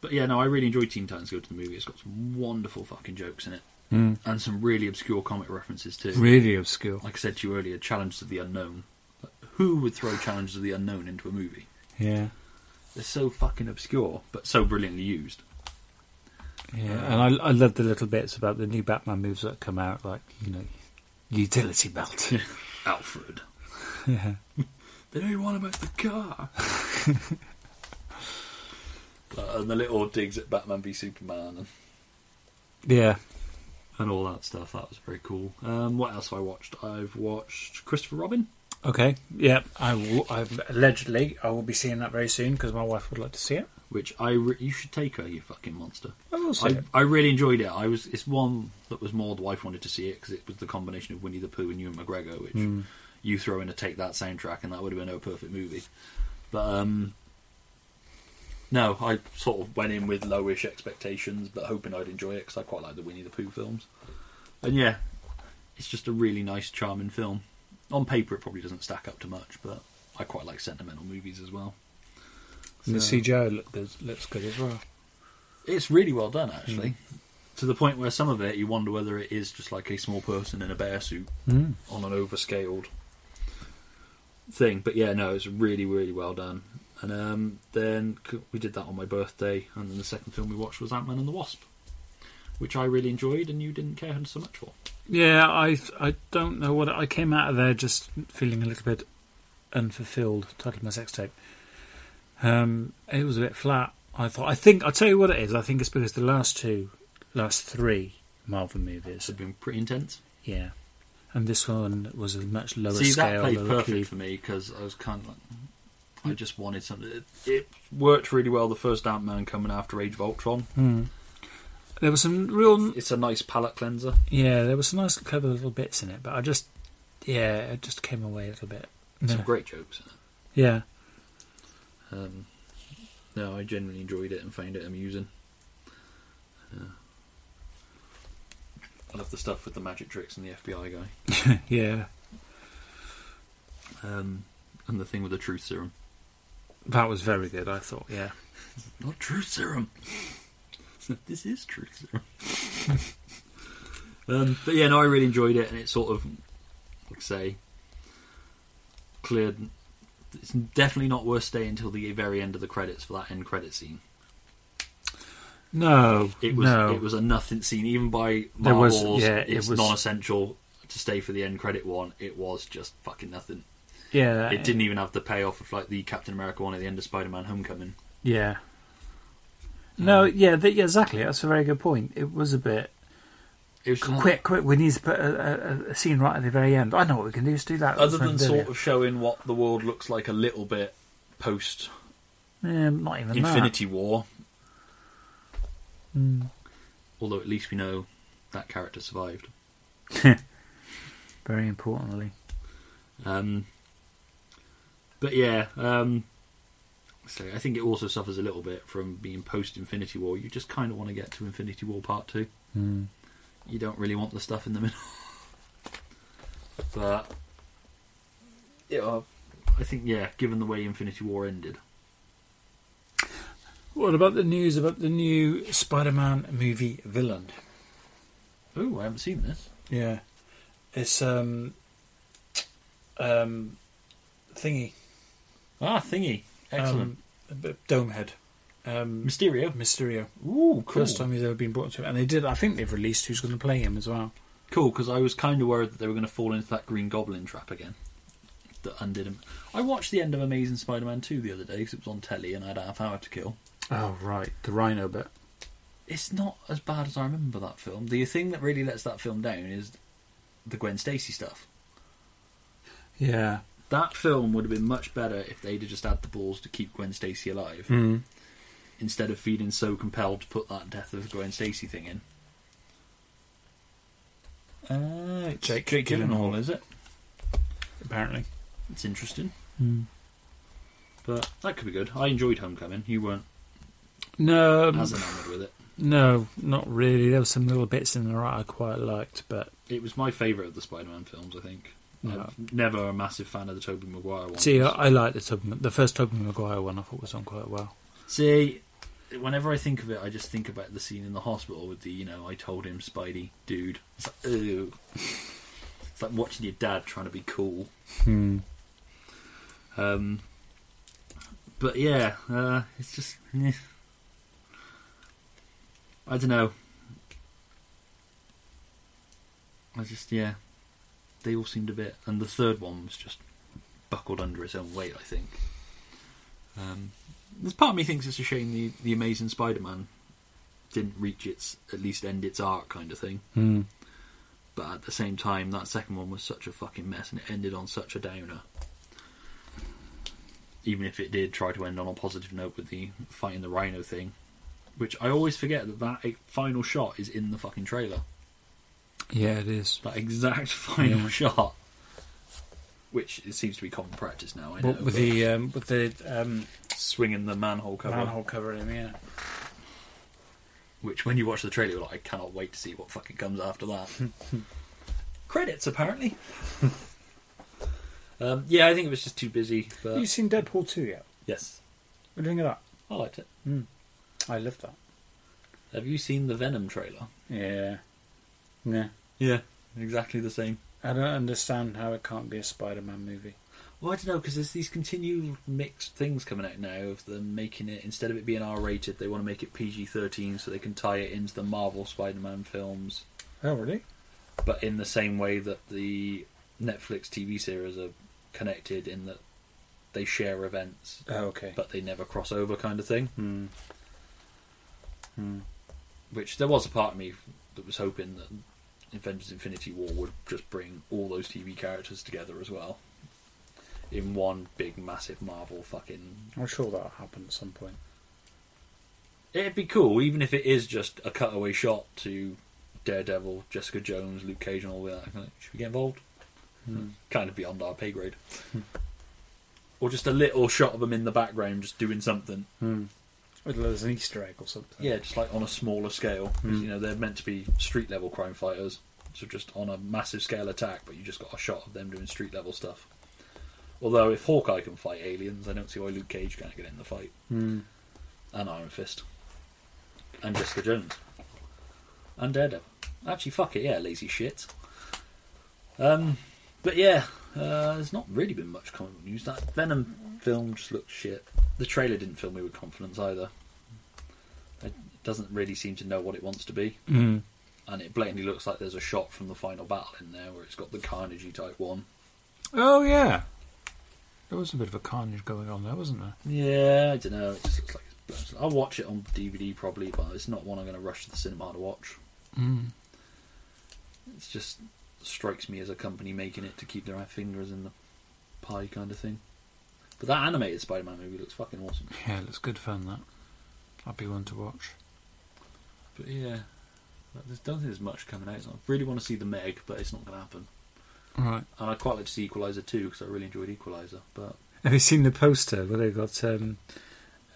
Speaker 1: but yeah, no, I really enjoyed Teen Titans Go to the movie. It's got some wonderful fucking jokes in it
Speaker 2: Mm.
Speaker 1: and some really obscure comic references too.
Speaker 2: Really obscure.
Speaker 1: Like I said to you earlier, Challenges of the Unknown. Like, Who would throw Challenges of the Unknown into a movie?
Speaker 2: Yeah.
Speaker 1: They're so fucking obscure, but so brilliantly used.
Speaker 2: Yeah, and I, I love the little bits about the new Batman moves that come out, like you know, utility belt.
Speaker 1: Alfred.
Speaker 2: yeah.
Speaker 1: They know one about the car. But- and the little digs at Batman v Superman and,
Speaker 2: yeah,
Speaker 1: and all that stuff. That was very cool. Um, what else have I watched? I've watched Christopher Robin.
Speaker 2: okay, yeah. I will, I've, allegedly I will be seeing that very soon because my wife would like to see it.
Speaker 1: which I re- you should take her, you fucking monster.
Speaker 2: I will see
Speaker 1: I,
Speaker 2: it.
Speaker 1: I really enjoyed it. I was it's one that was more the wife wanted to see it because it was the combination of Winnie the Pooh and Ewan McGregor, which you throw in a take that soundtrack and that would have been a perfect movie. But um, no, I sort of went in with lowish expectations, but hoping I'd enjoy it because I quite like the Winnie the Pooh films. And yeah, it's just a really nice, charming film. On paper, it probably doesn't stack up to much, but I quite like sentimental movies as well.
Speaker 2: And the
Speaker 1: So-
Speaker 2: CGI look good, looks good as well.
Speaker 1: It's really well done, actually. Hmm. To the point where some of it, you wonder whether it is just like a small person in a bear suit
Speaker 2: Mm.
Speaker 1: on an overscaled thing. But yeah, no, it's really, really well done. And um, then c- we did that on my birthday, and then the second film we watched was Ant Man and the Wasp, which I really enjoyed, and you didn't care so much for.
Speaker 2: Yeah, I I don't know what I came out of there just feeling a little bit unfulfilled. Titled my sex tape. Um, it was a bit flat. I thought. I think I'll tell you what it is. I think it's because the last two, last three Marvel movies
Speaker 1: It's been pretty intense.
Speaker 2: Yeah. And this one was a much lower
Speaker 1: See, that
Speaker 2: scale.
Speaker 1: played
Speaker 2: lower
Speaker 1: perfect
Speaker 2: key.
Speaker 1: for me because I was kind of like, I just wanted something. It, it worked really well. The first Ant Man coming after Age of Ultron.
Speaker 2: Hmm. There was some real,
Speaker 1: It's a nice palate cleanser.
Speaker 2: yeah. There was some nice, clever little bits in it, but I just, yeah, it just came away a little bit.
Speaker 1: Some
Speaker 2: No.
Speaker 1: great jokes.
Speaker 2: Yeah,
Speaker 1: Um, no, I genuinely enjoyed it and found it amusing. Uh, I love the stuff with the magic tricks and the FBI guy,
Speaker 2: yeah.
Speaker 1: um, and the thing with the truth serum.
Speaker 2: That was very good. I thought, yeah.
Speaker 1: Not truth serum. this is truth serum. um, but yeah, no, I really enjoyed it, and it sort of, like I say, cleared. It's definitely not worth staying until the very end of the credits for that end credit scene.
Speaker 2: No,
Speaker 1: It was
Speaker 2: no.
Speaker 1: it was a nothing scene. Even by
Speaker 2: There was-
Speaker 1: Marvel's,
Speaker 2: yeah, it
Speaker 1: it's
Speaker 2: was-
Speaker 1: non-essential to stay for the end credit one. It was just fucking nothing.
Speaker 2: yeah,
Speaker 1: It didn't even have the payoff of like the Captain America one at the end of Spider-Man: Homecoming.
Speaker 2: Yeah. No, yeah, th- yeah, exactly. That's a very good point. It was a bit
Speaker 1: It was just-
Speaker 2: quick, quick. We need to put a, a, a scene right at the very end. I know what we can do. Is do that.
Speaker 1: Other than
Speaker 2: Let's do
Speaker 1: sort
Speaker 2: it.
Speaker 1: of showing what the world looks like a little bit post
Speaker 2: yeah, not even
Speaker 1: Infinity War,
Speaker 2: That. Mm.
Speaker 1: although at least we know that character survived.
Speaker 2: Very importantly.
Speaker 1: Um, but yeah, um, so I think it also suffers a little bit from being post Infinity War. You just kind of want to get to Infinity War Part Two. you don't really want the stuff in the middle. but yeah, well, I think yeah, given the way Infinity War ended,
Speaker 2: What about the news about the new Spider-Man movie villain?
Speaker 1: oh, I haven't seen this.
Speaker 2: Yeah, it's um, um, thingy,
Speaker 1: Ah, Thingy, excellent.
Speaker 2: um, a bit- Domehead, um,
Speaker 1: Mysterio,
Speaker 2: Mysterio.
Speaker 1: ooh, cool.
Speaker 2: First time he's ever been brought to it, and they did. I think they've released who's going to play him as well.
Speaker 1: Cool, because I was kind of worried that they were going to fall into that Green Goblin trap again. That undid him. I watched the end of Amazing Spider-Man 2 the other day because it was on telly and I had half hour to kill.
Speaker 2: Oh right, the Rhino bit.
Speaker 1: It's not as bad as I remember that film. The thing that really lets that film down is the Gwen Stacy stuff.
Speaker 2: Yeah.
Speaker 1: that film would have been much better if they'd have just had the balls to keep Gwen Stacy alive. instead of feeling so compelled to put that death of Gwen Stacy thing in. Uh, it's
Speaker 2: Jake
Speaker 1: Jake
Speaker 2: Gyllenhaal.
Speaker 1: Gyllenhaal, is it?
Speaker 2: apparently.
Speaker 1: It's interesting, but that could be good. I enjoyed Homecoming. You weren't
Speaker 2: No, um,
Speaker 1: as enamoured with it.
Speaker 2: no, not really. There were some little bits in there I quite liked, but
Speaker 1: It was my favourite of the Spider-Man films. I think.
Speaker 2: No.
Speaker 1: I'm never a massive fan of the Tobey Maguire one.
Speaker 2: see, uh, I, I liked the Tubman, the first Tobey Maguire one. I thought was on quite well.
Speaker 1: See, whenever I think of it, I just think about the scene in the hospital with the, you know, I told him, Spidey, dude. It's like, ooh. It's like watching your dad trying to be cool.
Speaker 2: Hmm.
Speaker 1: Um, but yeah, uh, it's just. eh. I don't know. I just, yeah. They all seemed a bit. And the third one was just buckled under its own weight, I think. Um, there's part of me thinks it's a shame the, the Amazing Spider-Man didn't reach its at least end its arc kind of thing.
Speaker 2: Hmm.
Speaker 1: But at the same time, that second one was such a fucking mess, and it ended on such a downer. Even if it did try to end on a positive note with the fighting the Rhino thing, which I always forget that that eh, final shot is in the fucking trailer.
Speaker 2: Yeah, it is.
Speaker 1: That exact final
Speaker 2: Yeah.
Speaker 1: shot, which it seems to be common practice now. I know,
Speaker 2: But
Speaker 1: but
Speaker 2: with the um, with the um,
Speaker 1: swinging the manhole cover.
Speaker 2: manhole cover in him, yeah.
Speaker 1: Which, when you watch the trailer, you're like, I cannot wait to see what fucking comes after that. Credits, apparently. um, yeah, I think it was just too busy. But
Speaker 2: Have you seen Deadpool two yet?
Speaker 1: yes,
Speaker 2: What do you think of
Speaker 1: I liked it.
Speaker 2: that? I love that.
Speaker 1: Have you seen the Venom trailer?
Speaker 2: Yeah, yeah.
Speaker 1: Yeah, exactly the same.
Speaker 2: I don't understand how it can't be a Spider-Man movie.
Speaker 1: Well, I don't know because there's these continual mixed things coming out now of them making it instead of it being R-rated, they want to make it PG-13 so they can tie it into the Marvel Spider-Man films.
Speaker 2: Oh, really?
Speaker 1: but in the same way that the Netflix TV series are connected in that they share events
Speaker 2: Oh, okay.
Speaker 1: but they never cross over kind of thing
Speaker 2: Hmm.
Speaker 1: which there was a part of me that was hoping that Avengers Infinity War would just bring all those TV characters together as well in one big massive Marvel fucking
Speaker 2: I'm sure that'll happen at some point.
Speaker 1: it'd be cool even if it is just a cutaway shot to Daredevil Jessica Jones Luke Cage and all that I'm like, should we get involved kind of beyond our pay grade. or just a little shot of them in the background just doing something.
Speaker 2: Or there's an Easter egg or something.
Speaker 1: Yeah, just like on a smaller scale. 'Cause, You know, they're meant to be street level crime fighters. So just on a massive scale attack, but you just got a shot of them doing street level stuff. Although if Hawkeye can fight aliens, I don't see why Luke Cage can't get in the fight.
Speaker 2: Hmm.
Speaker 1: And Iron Fist. And Jessica Jones. And Daredevil. Actually, fuck it, yeah, lazy shit. Um, but yeah, uh, there's not really been much comic book news. That Venom film just looked shit. The trailer didn't fill me with confidence either. It doesn't really seem to know what it wants to be.
Speaker 2: Mm.
Speaker 1: And it blatantly looks like there's a shot from the final battle in there where it's got the Carnegie type one.
Speaker 2: Oh yeah. There was a bit of a carnage going on there, wasn't there?
Speaker 1: Yeah, I don't know. It just looks like it's I'll watch it on DVD probably, but it's not one I'm going to rush to the cinema to watch. Hmm.
Speaker 2: Mm.
Speaker 1: It just strikes me as a company making it to keep their fingers in the pie kind of thing. But that animated Spider-Man movie looks fucking awesome.
Speaker 2: Yeah, it looks good fun that. I'd be one to watch.
Speaker 1: But yeah, I just don't think there's much coming out. So I really want to see the Meg, but it's not going to happen.
Speaker 2: Right.
Speaker 1: And I'd quite like to see Equalizer 2 because I really enjoyed Equalizer. But
Speaker 2: Have you seen the poster where they got um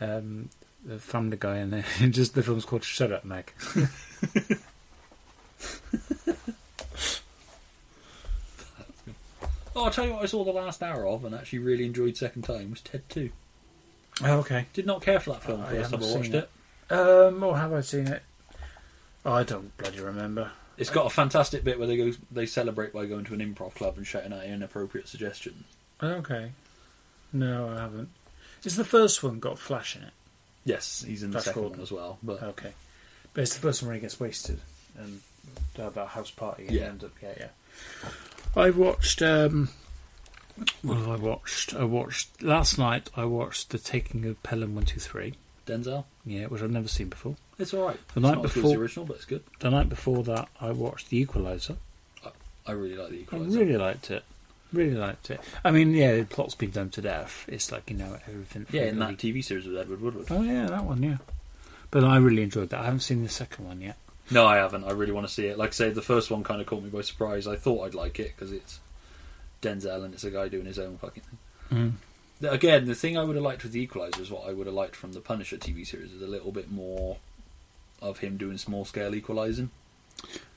Speaker 2: um the family guy in there? Just the film's called Shut Up Meg.
Speaker 1: oh, I'll tell you what I saw the last hour of and actually really enjoyed second time was Ted 2.
Speaker 2: Oh, okay.
Speaker 1: Did not care for that film
Speaker 2: I
Speaker 1: the first time I
Speaker 2: haven't
Speaker 1: watched
Speaker 2: seen
Speaker 1: it.
Speaker 2: it. Um or have I seen it? Oh, I don't bloody remember.
Speaker 1: It's got a fantastic bit where they go they celebrate by going to an improv club and shouting out inappropriate suggestions.
Speaker 2: Okay. No, I haven't. Is the first one got flash in it?
Speaker 1: Yes, he's in the
Speaker 2: Flash
Speaker 1: second
Speaker 2: Gordon.
Speaker 1: one as well. But
Speaker 2: Okay. But it's the first one where he gets wasted and they have that house party and
Speaker 1: Yeah.
Speaker 2: end up yeah, yeah. I watched um what have I watched? I watched last night I watched The Taking of Pelham One Two Three.
Speaker 1: Denzel,
Speaker 2: Yeah, which I've never seen before.
Speaker 1: it's all right.
Speaker 2: The
Speaker 1: it's
Speaker 2: night
Speaker 1: not as good as
Speaker 2: before-
Speaker 1: the original, but it's good.
Speaker 2: The night before that I watched The Equalizer.
Speaker 1: I really like the
Speaker 2: I
Speaker 1: Equalizer.
Speaker 2: really liked it. Really liked it. I mean, yeah, the plot's been done to death. It's like you know everything.
Speaker 1: Yeah, in that
Speaker 2: really-
Speaker 1: TV series with Edward Woodward.
Speaker 2: Oh yeah, that one. Yeah, but I really enjoyed that. I haven't seen the second one yet.
Speaker 1: No, I haven't. I really want to see it. Like I say, the first one kind of caught me by surprise. I thought I'd like it because it's Denzel and it's a guy doing his own fucking thing. The- Again, the thing I would have liked with The Equalizer is what I would have liked from the Punisher TV series is a little bit more of him doing small scale equalizing.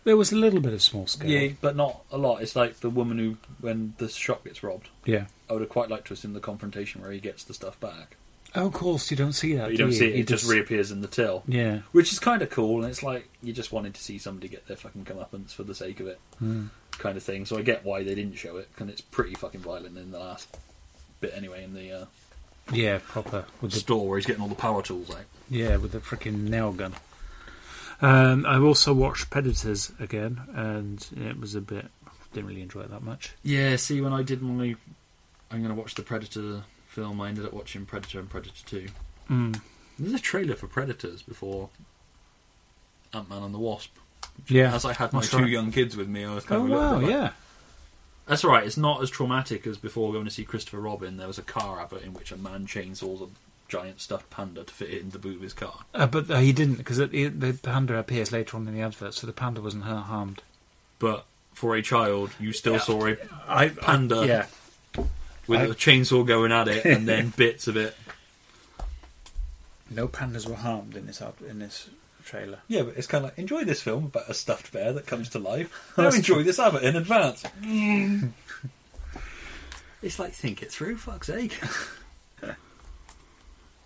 Speaker 2: There was a little bit of small scale.
Speaker 1: but not a lot. It's like the woman who, when the shop gets robbed,
Speaker 2: yeah.
Speaker 1: I would have quite liked to have seen the confrontation where he gets the stuff back.
Speaker 2: Oh, of course, you don't see that.
Speaker 1: But you
Speaker 2: do
Speaker 1: don't see it,
Speaker 2: You
Speaker 1: it just reappears in the till.
Speaker 2: Yeah.
Speaker 1: Which is kind of cool, and it's like you just wanted to see somebody get their fucking comeuppance for the sake of it, kind of thing. So I get why they didn't show it, and it's pretty fucking violent in the last bit anyway, in the uh,
Speaker 2: Yeah, proper with the
Speaker 1: store where he's getting all the power tools out.
Speaker 2: yeah with the freaking nail gun. Um, I also watched Predators again, and it was a bit. Didn't really enjoy it that much.
Speaker 1: Yeah, see, when I did my. I'm going to watch the Predator film, I ended up watching Predator and Predator 2. Hmm.
Speaker 2: Mm.
Speaker 1: There's a trailer for Predators before Ant Man and the Wasp.
Speaker 2: Yeah.
Speaker 1: As I had my
Speaker 2: That's
Speaker 1: two
Speaker 2: right.
Speaker 1: young kids with me, I was kind
Speaker 2: Oh
Speaker 1: of looking at
Speaker 2: wow!
Speaker 1: them like,
Speaker 2: Yeah.
Speaker 1: That's all right. It's not as traumatic as before going to see Christopher Robin. There was a car advert in which a man chainsaws a giant stuffed panda to fit it in the boot of his car.
Speaker 2: Uh, but uh, he didn't because the panda appears later on in the advert, so the panda wasn't har- harmed.
Speaker 1: But for a child, you still saw a
Speaker 2: I
Speaker 1: panda
Speaker 2: yeah.
Speaker 1: with
Speaker 2: I-
Speaker 1: a chainsaw going at it, and then bits of it.
Speaker 2: No pandas were harmed in this ad- in this trailer.
Speaker 1: Yeah, but it's kind of like enjoy this film about a stuffed bear that comes to life.
Speaker 2: Now That's enjoy true.
Speaker 1: this advert in advance. it's like think it through, fuck's sake.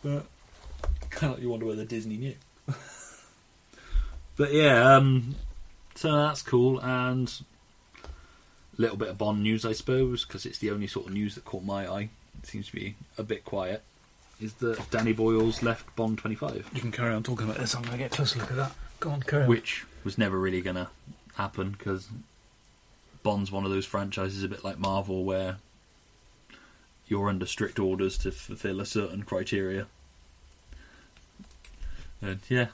Speaker 1: but kind of you wonder whether Disney knew. but yeah, um, so that's cool and a little bit of Bond news, I suppose, because it's the only sort of news that caught my eye. It seems to be a bit quiet. Is that Danny Boyle's left Bond twenty five?
Speaker 2: You can carry on talking about this. I'm going to get a closer look at that. Go on, carry on.
Speaker 1: which was never really going to happen because Bond's one of those franchises, a bit like Marvel, where you're under strict orders to fulfill a certain criteria. And yeah,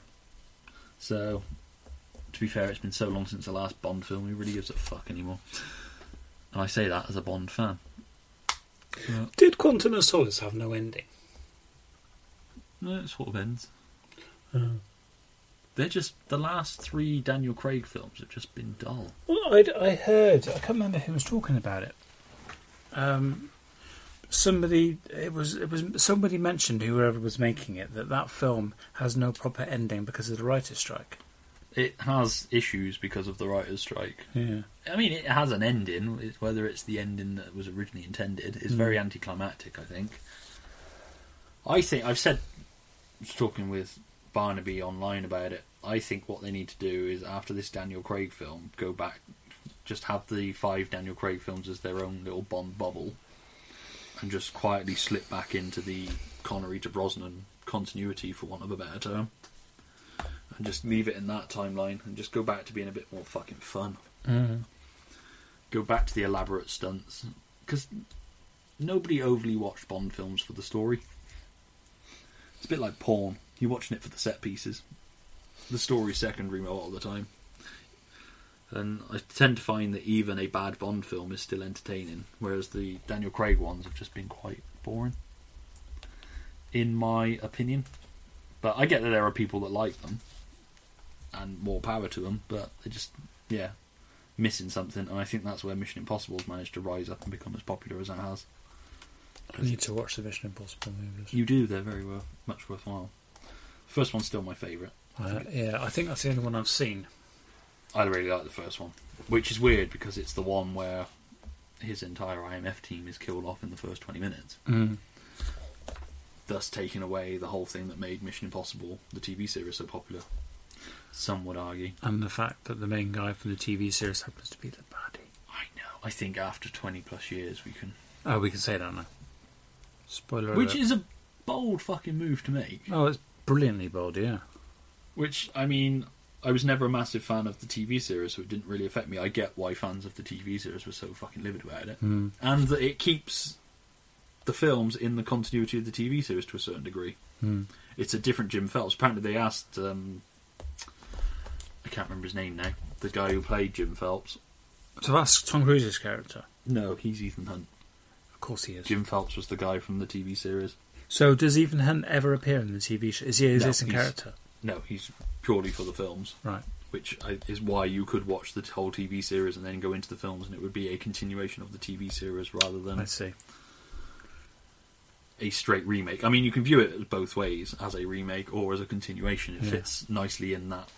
Speaker 1: so to be fair, it's been so long since the last Bond film, who really gives a fuck anymore? And I say that as a Bond fan.
Speaker 2: Did Quantum of Solace have no ending?
Speaker 1: No, it sort of ends. They're just the last three Daniel Craig films have just been dull.
Speaker 2: Well, I'd, I heard. I can't remember who was talking about it. Um, somebody. It was. It was somebody mentioned whoever was making it that that film has no proper ending because of the writer's strike.
Speaker 1: It has issues because of the writer's strike.
Speaker 2: Yeah.
Speaker 1: I mean, it has an ending. It's, whether it's the ending that was originally intended is very anticlimactic. I think. I think I've said, was talking with Barnaby online about it. I think what they need to do is after this Daniel Craig film, go back, just have the five Daniel Craig films as their own little Bond bubble, and just quietly slip back into the Connery to Brosnan continuity, for want of a better term, and just leave it in that timeline and just go back to being a bit more fucking fun go back to the elaborate stunts because nobody overly watched Bond films for the story. It's a bit like porn. You're watching it for the set pieces. The story's secondary a lot of the time. And I tend to find that even a bad Bond film is still entertaining, whereas the Daniel Craig ones have just been quite boring, in my opinion. But I get that there are people that like them, and more power to them. But they just, yeah, missing something, and I think that's where Mission Impossible's managed to rise up and become as popular as it has.
Speaker 2: I need to watch the Mission Impossible movies.
Speaker 1: You do; they're very worth, much worthwhile. First one's still my favourite.
Speaker 2: Uh, yeah, I think that's the only one I've seen.
Speaker 1: I really like the first one, which is weird because it's the one where his entire IMF team is killed off in the first twenty minutes,
Speaker 2: Mm.
Speaker 1: thus taking away the whole thing that made Mission Impossible the TV series so popular. Some would argue.
Speaker 2: And the fact that the main guy from the TV series happens to be the baddie.
Speaker 1: I know. I think after twenty plus years, we can,
Speaker 2: Oh, we can say that now. Spoiler
Speaker 1: which
Speaker 2: alert.
Speaker 1: is a bold fucking move to make.
Speaker 2: Oh, it's brilliantly bold, yeah.
Speaker 1: Which I mean, I was never a massive fan of the TV series, so it didn't really affect me. I get why fans of the TV series were so fucking livid about it,
Speaker 2: Mm.
Speaker 1: and that it keeps the films in the continuity of the TV series to a certain degree.
Speaker 2: Mm.
Speaker 1: It's a different Jim Phelps. Apparently, they asked um, I can't remember his name now. The guy who played Jim Phelps.
Speaker 2: So that's Tom Cruise's character.
Speaker 1: No, he's Ethan Hunt.
Speaker 2: Of course he is.
Speaker 1: Jim Phelps was the guy from the TV series.
Speaker 2: So does Ethan Hunt ever appear in the TV show? Is he a
Speaker 1: No,
Speaker 2: existing
Speaker 1: he's-
Speaker 2: character?
Speaker 1: No, he's purely for the films,
Speaker 2: Right.
Speaker 1: which I- is why you could watch the whole TV series and then go into the films, and it would be a continuation of the TV series rather
Speaker 2: I
Speaker 1: than
Speaker 2: see.
Speaker 1: a straight remake. I mean, you can view it both ways as a remake or as a continuation. It
Speaker 2: Yeah.
Speaker 1: fits nicely in that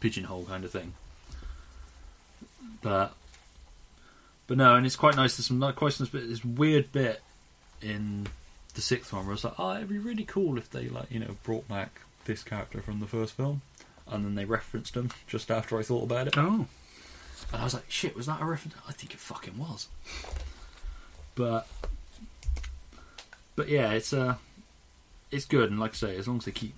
Speaker 1: pigeonhole kind of thing. But but no, and it's quite nice. There's some like, quite some bit- this weird bit in the sixth one where it's like, oh, it'd be really cool if they like you know brought back this character from the first film, and then they referenced him just after I thought about it.
Speaker 2: Oh,
Speaker 1: And I was like, shit, was that a reference? I think it fucking was. But but yeah, it's uh it's good and like I say, as long as they keep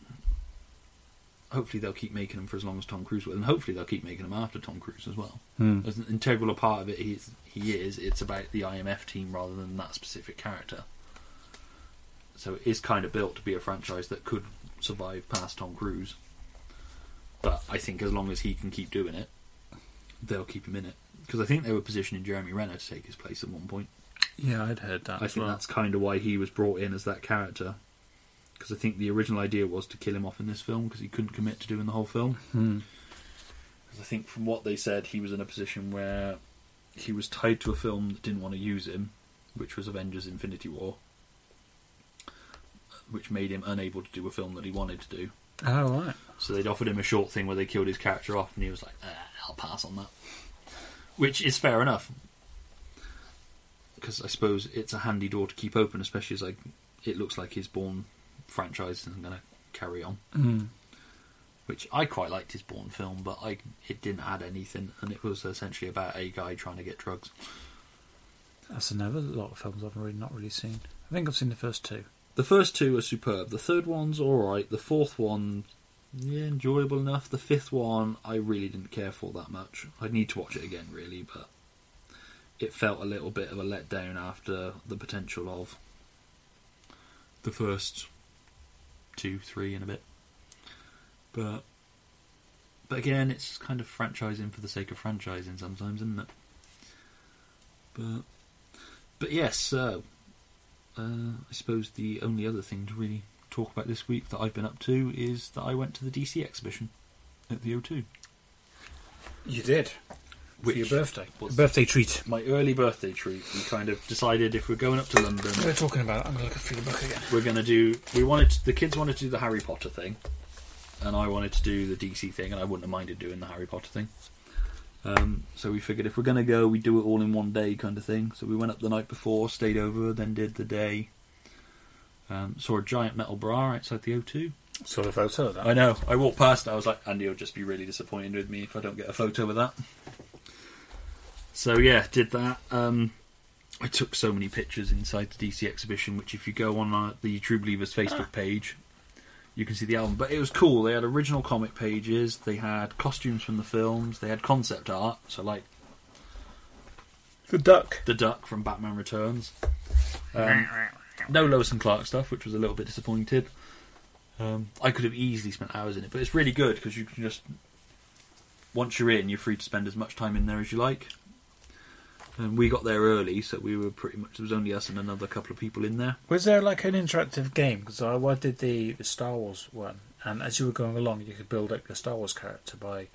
Speaker 1: hopefully they'll keep making them for as long as Tom Cruise will and hopefully they'll keep making them after Tom Cruise as well.
Speaker 2: Hmm.
Speaker 1: As an integral part of it he is, he is, it's about the IMF team rather than that specific character. So it is kind of built to be a franchise that could survive past Tom Cruise. But I think as long as he can keep doing it, they'll keep him in it. Because I think they were positioning Jeremy Renner to take his place at one point.
Speaker 2: yeah, I'd heard that.
Speaker 1: I
Speaker 2: as
Speaker 1: think
Speaker 2: well.
Speaker 1: that's kind of why he was brought in as that character. Because I think the original idea was to kill him off in this film because he couldn't commit to doing the whole film.
Speaker 2: Hmm.
Speaker 1: Because I think from what they said, he was in a position where he was tied to a film that didn't want to use him, which was Avengers Infinity War, which made him unable to do a film that he wanted to do.
Speaker 2: Oh, right.
Speaker 1: So they'd offered him a short thing where they killed his character off, and he was like, "Ah, "I'll pass on that," which is fair enough. Because I suppose it's a handy door to keep open, especially as like it looks like his Born franchise isn't going to carry on.
Speaker 2: Mm.
Speaker 1: Which I quite liked his Born film, but I it didn't add anything, and it was essentially about a guy trying to get drugs.
Speaker 2: That's another lot of films I've really not really seen. I think I've seen the first two.
Speaker 1: The first two are superb. The third one's all right. The fourth one, yeah, enjoyable enough. The fifth one, I really didn't care for that much. I'd need to watch it again, really, but it felt a little bit of a letdown after the potential of the first two, three, and a bit. But but again, it's kind of franchising for the sake of franchising sometimes, isn't it? But but yes, so uh, I suppose the only other thing to really talk about this week that I've been up to is that I went to the DC exhibition at the O2.
Speaker 2: You did.
Speaker 1: Which
Speaker 2: For your birthday.
Speaker 1: was-
Speaker 2: Birthday treat.
Speaker 1: My early birthday treat, we kind of decided if we're going up to London,
Speaker 2: We're talking about it. I'm going to look through the book again.
Speaker 1: we're going to do. We wanted to- the kids wanted to do the Harry Potter thing, and I wanted to do the DC thing, and I wouldn't have minded doing the Harry Potter thing. Um, so we figured if we're going to go, we do it all in one day, kind of thing. So we went up the night before, stayed over, then did the day. Um, saw a giant metal bra outside the O2.
Speaker 2: Saw the photo of that.
Speaker 1: I know. I walked past and I was like, Andy will just be really disappointed with me if I don't get a photo with that. So yeah, did that. Um, I took so many pictures inside the DC exhibition, which if you go on uh, the True Believers Facebook page, you can see the album. But it was cool. They had original comic pages. They had costumes from the films. They had concept art. So like
Speaker 2: The duck.
Speaker 1: the duck from Batman Returns. Um, no Lois and Clark stuff, which was a little bit disappointed. Um, I could have easily spent hours in it, but it's really good because you can just once you're in, you're free to spend as much time in there as you like. And we got there early, so we were pretty much there was only us and another couple of people in there.
Speaker 2: Was there like an interactive game? Because I, I did the, the Star Wars one, and as you were going along, you could build up your Star Wars character by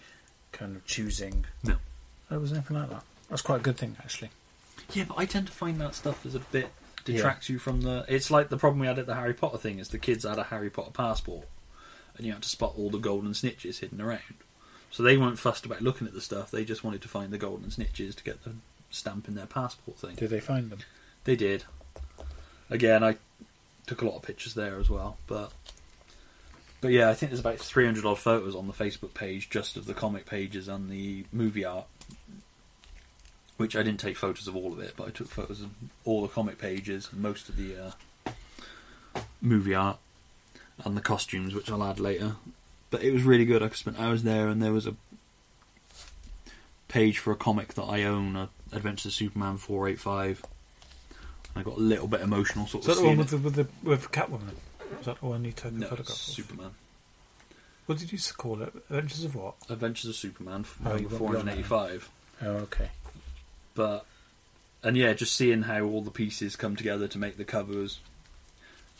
Speaker 2: kind of choosing.
Speaker 1: No.
Speaker 2: There was nothing like that. That's quite a good thing, actually.
Speaker 1: Yeah, but I tend to find that stuff is a bit
Speaker 2: Yeah.
Speaker 1: detracts you from the. It's like the problem we had at the Harry Potter thing is the kids had a Harry Potter passport, and you had to spot all the golden snitches hidden around. So they weren't fussed about looking at the stuff. They just wanted to find the golden snitches to get the stamp in their passport thing.
Speaker 2: Did they find them?
Speaker 1: They did. Again, I took a lot of pictures there as well, but but yeah, I think there's about 300 odd photos on the Facebook page just of the comic pages and the movie art. Which I didn't take photos of all of it, but I took photos of all the comic pages and most of the uh, movie art and the costumes, which I'll add later. But it was really good. I spent hours there, and there was a page for a comic that I own, uh, Adventures of Superman 485. I got a little bit emotional, sort
Speaker 2: Is
Speaker 1: of.
Speaker 2: that the
Speaker 1: seeing
Speaker 2: one
Speaker 1: it.
Speaker 2: with the, with the with Catwoman? Is that the one you took a
Speaker 1: No,
Speaker 2: photograph of?
Speaker 1: Superman.
Speaker 2: What did you s- call it? Adventures of what?
Speaker 1: Adventures of Superman,
Speaker 2: Oh, you've got
Speaker 1: four hundred eighty-five.
Speaker 2: Oh, okay.
Speaker 1: But and yeah, just seeing how all the pieces come together to make the covers.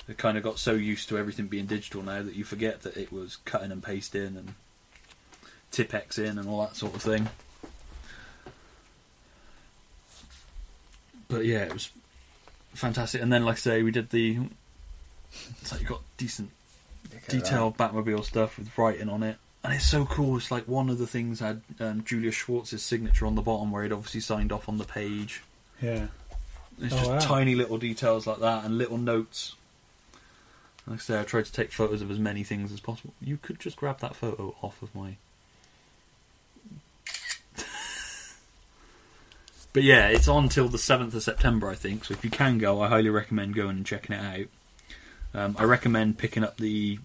Speaker 1: I kind of got so used to everything being digital now that you forget that it was cutting and pasting and tipex in and all that sort of thing. But yeah, it was fantastic. And then, like I say, we did the. It's like you got decent
Speaker 2: uh,
Speaker 1: detailed Batmobile stuff with writing on it. And it's so cool. It's like one of the things had um, Julius Schwartz's signature on the bottom, where he'd obviously signed off on the page.
Speaker 2: Yeah.
Speaker 1: It's
Speaker 2: Oh,
Speaker 1: just
Speaker 2: wow.
Speaker 1: tiny little details like that and little notes. Like I say, I tried to take photos of as many things as possible. You could just grab that photo off of my. but yeah, it's on till the 7th of September, I think. So if you can go, I highly recommend going and checking it out. Um, I recommend picking up the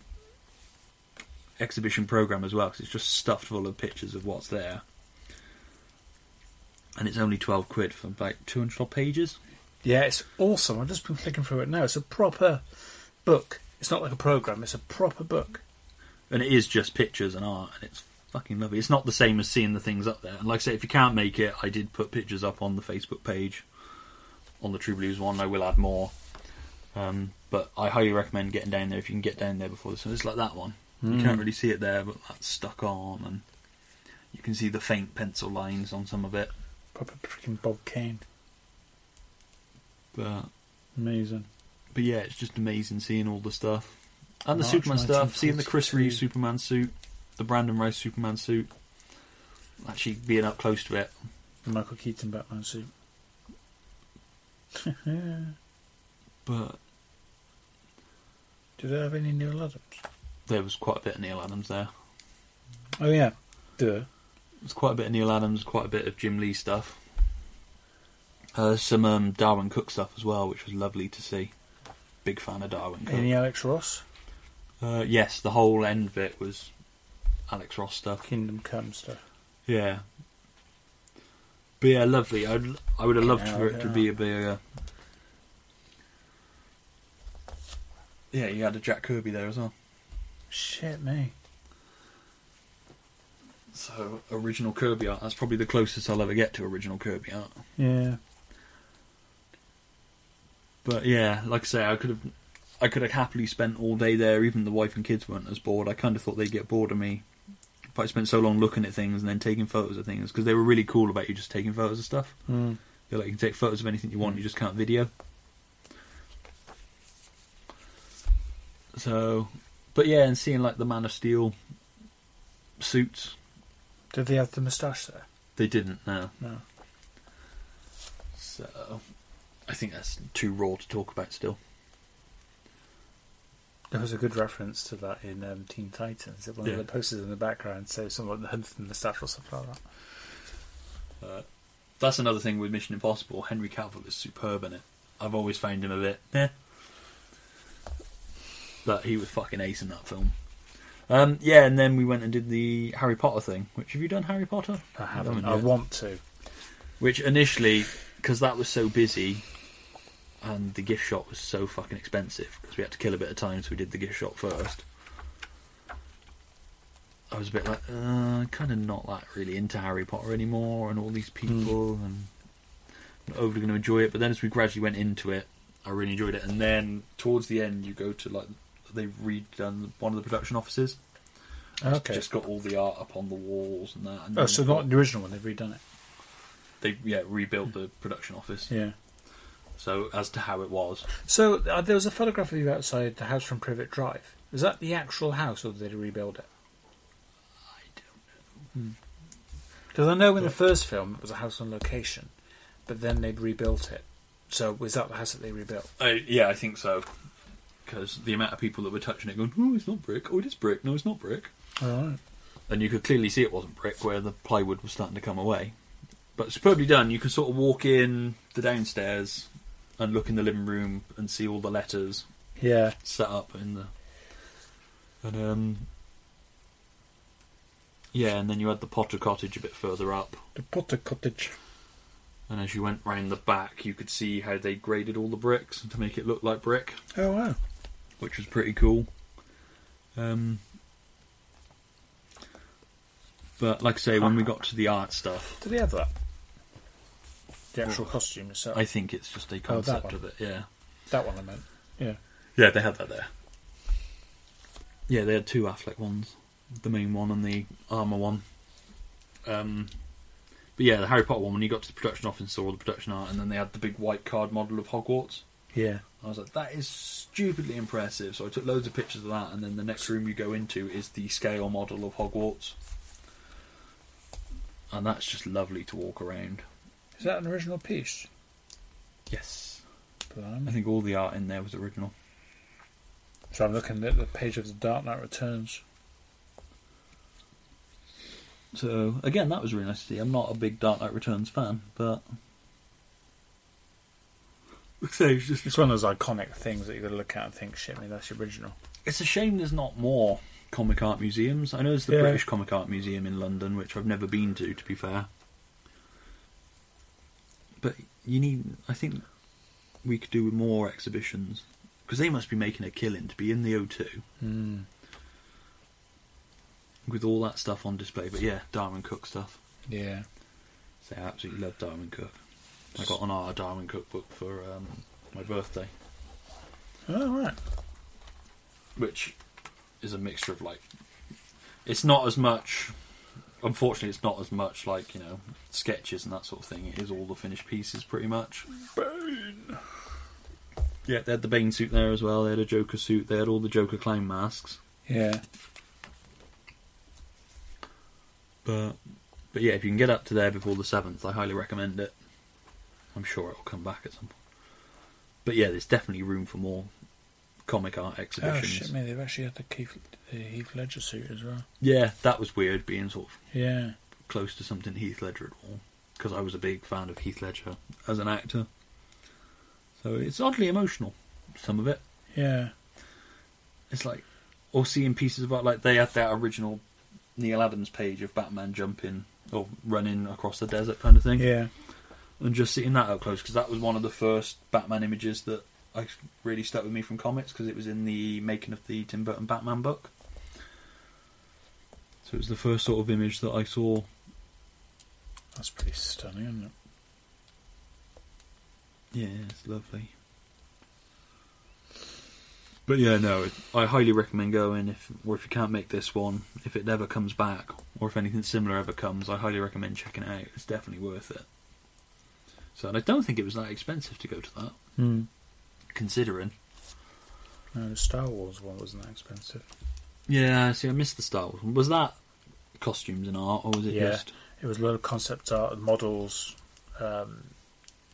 Speaker 1: exhibition program as well because it's just stuffed full of pictures of what's there. And it's only 12 quid for like 200 odd pages.
Speaker 2: Yeah, it's awesome. I've just been flicking through it now. It's a proper book. It's not like a program. It's a proper book.
Speaker 1: and it is just pictures and art, and it's fucking lovely. It's not the same as seeing the things up there. And like I say, if you can't make it, I did put pictures up on the Facebook page, on the True Blues one. I will add more, um, but I highly recommend getting down there if you can get down there before the sun. It's like that one. You can't really see it there, but that's stuck on, and you can see the faint pencil lines on some of it.
Speaker 2: Proper freaking Bob Kane.
Speaker 1: But
Speaker 2: Amazing.
Speaker 1: but yeah, it's just amazing seeing all the stuff and the
Speaker 2: March
Speaker 1: Superman stuff. Seeing the Chris
Speaker 2: 1942.
Speaker 1: Reeves Superman suit, the Brandon Rice Superman suit. Actually, being up close to it
Speaker 2: The Michael Keaton Batman suit.
Speaker 1: but
Speaker 2: Did I have any Neil Adams?
Speaker 1: there was quite a bit of Neil Adams there.
Speaker 2: Oh, yeah. Duh.
Speaker 1: There was quite a bit of Neil Adams, quite a bit of Jim Lee stuff. Uh, some um, Darwin Cook stuff as well, which was lovely to see. Big fan of Darwin Cook.
Speaker 2: Any Alex Ross?
Speaker 1: Uh, yes, the whole end of it was Alex Ross stuff.
Speaker 2: Kingdom Come stuff.
Speaker 1: Yeah. But yeah, lovely. I'd, I would have loved
Speaker 2: Yeah,
Speaker 1: for it to
Speaker 2: yeah.
Speaker 1: be a bigger. Yeah, you had a Jack Kirby there as well.
Speaker 2: Shit me.
Speaker 1: So, original Kirby art. That's probably the closest I'll ever get to original Kirby art.
Speaker 2: Yeah.
Speaker 1: But yeah, like I say, I could have, I could have happily spent all day there. Even the wife and kids weren't as bored. I kind of thought they'd get bored of me, but I spent so long looking at things and then taking photos of things because they were really cool about you just taking photos of stuff.
Speaker 2: Mm.
Speaker 1: They're like you can take photos of anything you want. You just can't video. So, but yeah, and seeing like the Man of Steel suits,
Speaker 2: Did they have the moustache there?
Speaker 1: they didn't. No,
Speaker 2: No.
Speaker 1: so I think that's too raw to talk about still.
Speaker 2: There was a good reference to that in um, Teen Titans. One
Speaker 1: Yeah.
Speaker 2: of the posters in the background says someone had the moustache or something like that.
Speaker 1: Uh, that's another thing with Mission Impossible. Henry Cavill is superb in it. I've always found him a bit, eh. But he was fucking ace in that film. Um, yeah, and then we went and did the Harry Potter thing. Which have you done Harry Potter?
Speaker 2: I haven't. I
Speaker 1: yet.
Speaker 2: want to.
Speaker 1: Which initially, because that was so busy, and the gift shop was so fucking expensive, because we had to kill a bit of time, so we did the gift shop first. I was a bit like, uh, kind of not that really into Harry Potter anymore, and all
Speaker 2: Hmm.
Speaker 1: these people, and not overly going to enjoy it. But then as we gradually went into it, I really enjoyed it. And then towards the end, you go to like they've redone one of the production offices.
Speaker 2: Okay.
Speaker 1: Just got all the art up on the walls and that. And
Speaker 2: oh,
Speaker 1: then
Speaker 2: so not the original one. They've redone it.
Speaker 1: they yeah rebuilt the production office.
Speaker 2: Yeah.
Speaker 1: So as to how it was,
Speaker 2: So uh, there was a photograph of you outside the house from Privet Drive. Is that the actual house, or did they rebuild it?
Speaker 1: I don't.
Speaker 2: Because I know in the first film it was a house on location, but then they'd rebuilt it. So was that the house that they rebuilt?
Speaker 1: I, Uh, yeah, I think so. Because the amount of people that were touching it, going, "Oh, it's not brick. Oh, it is brick. No, it's not brick."
Speaker 2: All right.
Speaker 1: And you could clearly see it wasn't brick, where the plywood was starting to come away. But superbly done. You could sort of walk in the downstairs and look in the living room and see all the letters
Speaker 2: Yeah.
Speaker 1: set up in the and um yeah, and then you had the Potter cottage a bit further up.
Speaker 2: The Potter Cottage.
Speaker 1: And as you went round the back, you could see how they graded all the bricks to make it look like brick,
Speaker 2: Oh wow.
Speaker 1: which was pretty cool. Um, but like I say, when we got to the art stuff,
Speaker 2: Did they have that? the actual costume itself.
Speaker 1: I think it's just a concept
Speaker 2: one.
Speaker 1: of it. Yeah,
Speaker 2: that one I meant. Yeah.
Speaker 1: yeah, they had that there. Yeah, they had two Affleck ones, the main one and the armor one. Um, but yeah, the Harry Potter one. When you got to the production office and saw all the production art, and then they had the big white card model of Hogwarts.
Speaker 2: Yeah.
Speaker 1: I was like, that is stupidly impressive. So I took loads of pictures of that, and then the next room you go into is the scale model of Hogwarts. And that's just lovely to walk around.
Speaker 2: Is that an original piece?
Speaker 1: Yes. I
Speaker 2: Blimey.
Speaker 1: think all the art in there was original.
Speaker 2: So I'm looking at the page of the Dark Knight Returns.
Speaker 1: So, again, that was really nice to see. I'm not a big Dark Knight Returns fan, but. So it's, just,
Speaker 2: It's one of those iconic things that you've got to look at and think, shit, me, that's the original.
Speaker 1: it's a shame there's not more comic art museums. I know there's the
Speaker 2: Yeah.
Speaker 1: British Comic Art Museum in London, which I've never been to, to be fair. But you need. I think we could do with more exhibitions. Because they must be making a killing to be in the O2
Speaker 2: Mm.
Speaker 1: with all that stuff on display. But yeah, Darwin Cook stuff.
Speaker 2: Yeah.
Speaker 1: So I absolutely love Darwin Cook. I got an R Darwin Cook book for um, my birthday,
Speaker 2: Oh, right.
Speaker 1: which is a mixture of like, it's not as much. Unfortunately, it's not as much like you know sketches and that sort of thing. It is all the finished pieces, pretty much. Yeah, they had the Bane suit there as well. They had a Joker suit. They had all the Joker clown masks.
Speaker 2: Yeah.
Speaker 1: But but yeah, if you can get up to there before the seventh, I highly recommend it. I'm sure it'll come back at some point. But yeah, there's definitely room for more comic art
Speaker 2: Oh,
Speaker 1: exhibitions.
Speaker 2: shit, me, they've actually had the Keith, the Heath Ledger suit as well.
Speaker 1: Yeah, that was weird being sort of
Speaker 2: Yeah.
Speaker 1: close to something Heath Ledger at all because I was a big fan of Heath Ledger as an actor. So it's oddly emotional, some of it.
Speaker 2: Yeah.
Speaker 1: It's like, or seeing pieces about like they had that original Neil Adams page of Batman jumping or running across the desert kind of thing.
Speaker 2: Yeah.
Speaker 1: and just seeing that up close because that was one of the first Batman images that I really stuck with me from comics because it was in the making of the Tim Burton Batman book. So it was the first sort of image that I saw.
Speaker 2: That's pretty stunning, isn't it?
Speaker 1: Yeah, it's lovely. But yeah, no, it, I highly recommend going if, or if you can't make this one, if it ever comes back, or if anything similar ever comes, I highly recommend checking it out. It's definitely worth it. So, and I don't think it was that expensive to go to that,
Speaker 2: Hmm.
Speaker 1: considering.
Speaker 2: No, the Star Wars one wasn't that expensive.
Speaker 1: Yeah, see, I missed the Star Wars one. Was that costumes and art, or was it
Speaker 2: Yeah.
Speaker 1: just.
Speaker 2: It was a lot of concept art and models. Um,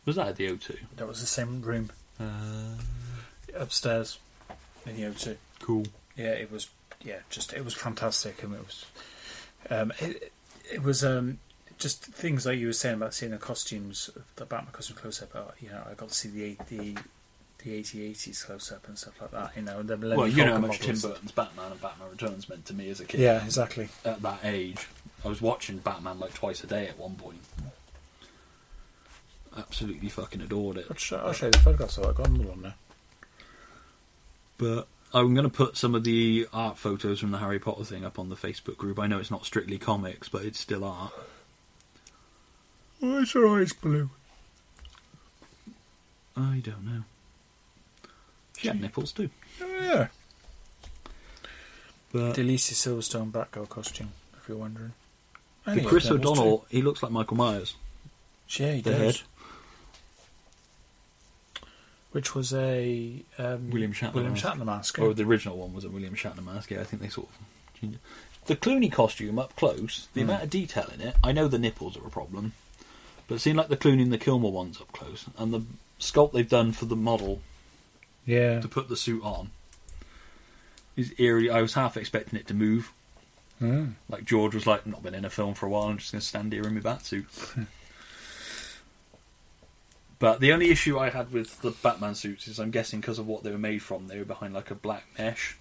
Speaker 1: Was that at the O2?
Speaker 2: that was the same room
Speaker 1: Uh,
Speaker 2: upstairs in the O2.
Speaker 1: cool.
Speaker 2: Yeah, it was. Yeah, just it was fantastic, and it was. Um, it, it was um, just things like you were saying about seeing the costumes, the Batman costume close up. Uh, you know, I got to see the eight- the the eighty eighties close up and stuff like that. You know, and the Millennium
Speaker 1: well, you know how
Speaker 2: Falcon
Speaker 1: much Tim
Speaker 2: models.
Speaker 1: Burton's Batman and Batman Returns meant to me as a kid.
Speaker 2: Yeah, exactly.
Speaker 1: At that age, I was watching Batman like twice a day at one point. Absolutely fucking adored it.
Speaker 2: I'll show, I'll show you the photographs. I've got them all on there.
Speaker 1: But I'm going to put some of the art photos from the Harry Potter thing up on the Facebook group. I know it's not strictly comics, but it's still art.
Speaker 2: Why is your eyes blue?
Speaker 1: I don't know. She had nipples too.
Speaker 2: Yeah.
Speaker 1: But
Speaker 2: The Lisa Silverstone Batgirl costume, if you're wondering.
Speaker 1: The
Speaker 2: Anyway,
Speaker 1: Chris
Speaker 2: that was
Speaker 1: O'Donnell, he looks like Michael Myers.
Speaker 2: true. Yeah, he
Speaker 1: the
Speaker 2: does.
Speaker 1: head.
Speaker 2: Which was a um,
Speaker 1: William Shatner
Speaker 2: William
Speaker 1: mask.
Speaker 2: Shatner mask.
Speaker 1: Or the original one was a William Shatner mask. Yeah, I think they sort of changed it. The Clooney costume up close, the amount of detail in it, I know the nipples are a problem, but it seemed like the Clooney and the Kilmer ones up close, and the sculpt they've done for the model
Speaker 2: yeah.
Speaker 1: to put the suit on is eerie. I was half expecting it to move.
Speaker 2: Mm.
Speaker 1: Like George was like, not been in a film for a while. I'm just going to stand here in my bat suit. but the only issue I had with the Batman suits is I'm guessing because of what they were made from, they were behind like a black mesh,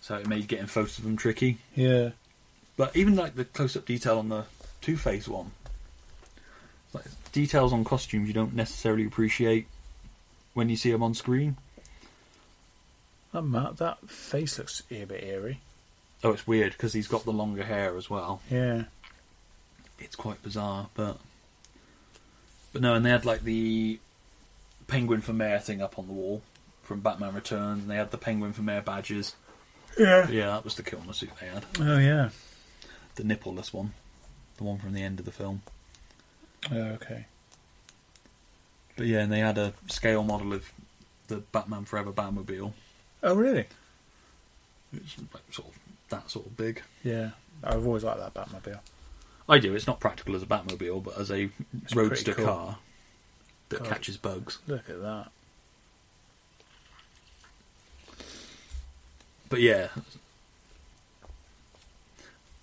Speaker 1: so it made getting photos of them tricky.
Speaker 2: Yeah.
Speaker 1: But even like the close-up detail on the Two Face one, like details on costumes you don't necessarily appreciate when you see them on screen.
Speaker 2: That, ma- that face looks a bit eerie.
Speaker 1: Oh, it's weird because he's got the longer hair as well.
Speaker 2: Yeah.
Speaker 1: it's quite bizarre, but But no, and they had like the penguin for mayor thing up on the wall from Batman Returns, and they had the penguin for mayor badges.
Speaker 2: Yeah.
Speaker 1: Yeah, that was the Kilmer suit they had,
Speaker 2: Oh yeah.
Speaker 1: the nippleless one, the one from the end of the film.
Speaker 2: Oh, okay.
Speaker 1: But yeah, and they had a scale model of the Batman Forever Batmobile,
Speaker 2: Oh really?
Speaker 1: which is like sort of that sort of big.
Speaker 2: Yeah. I've always liked that Batmobile.
Speaker 1: I do. It's not practical as a Batmobile, but as a
Speaker 2: It's
Speaker 1: roadster
Speaker 2: pretty cool.
Speaker 1: car that
Speaker 2: God.
Speaker 1: catches bugs.
Speaker 2: Look at that.
Speaker 1: But yeah,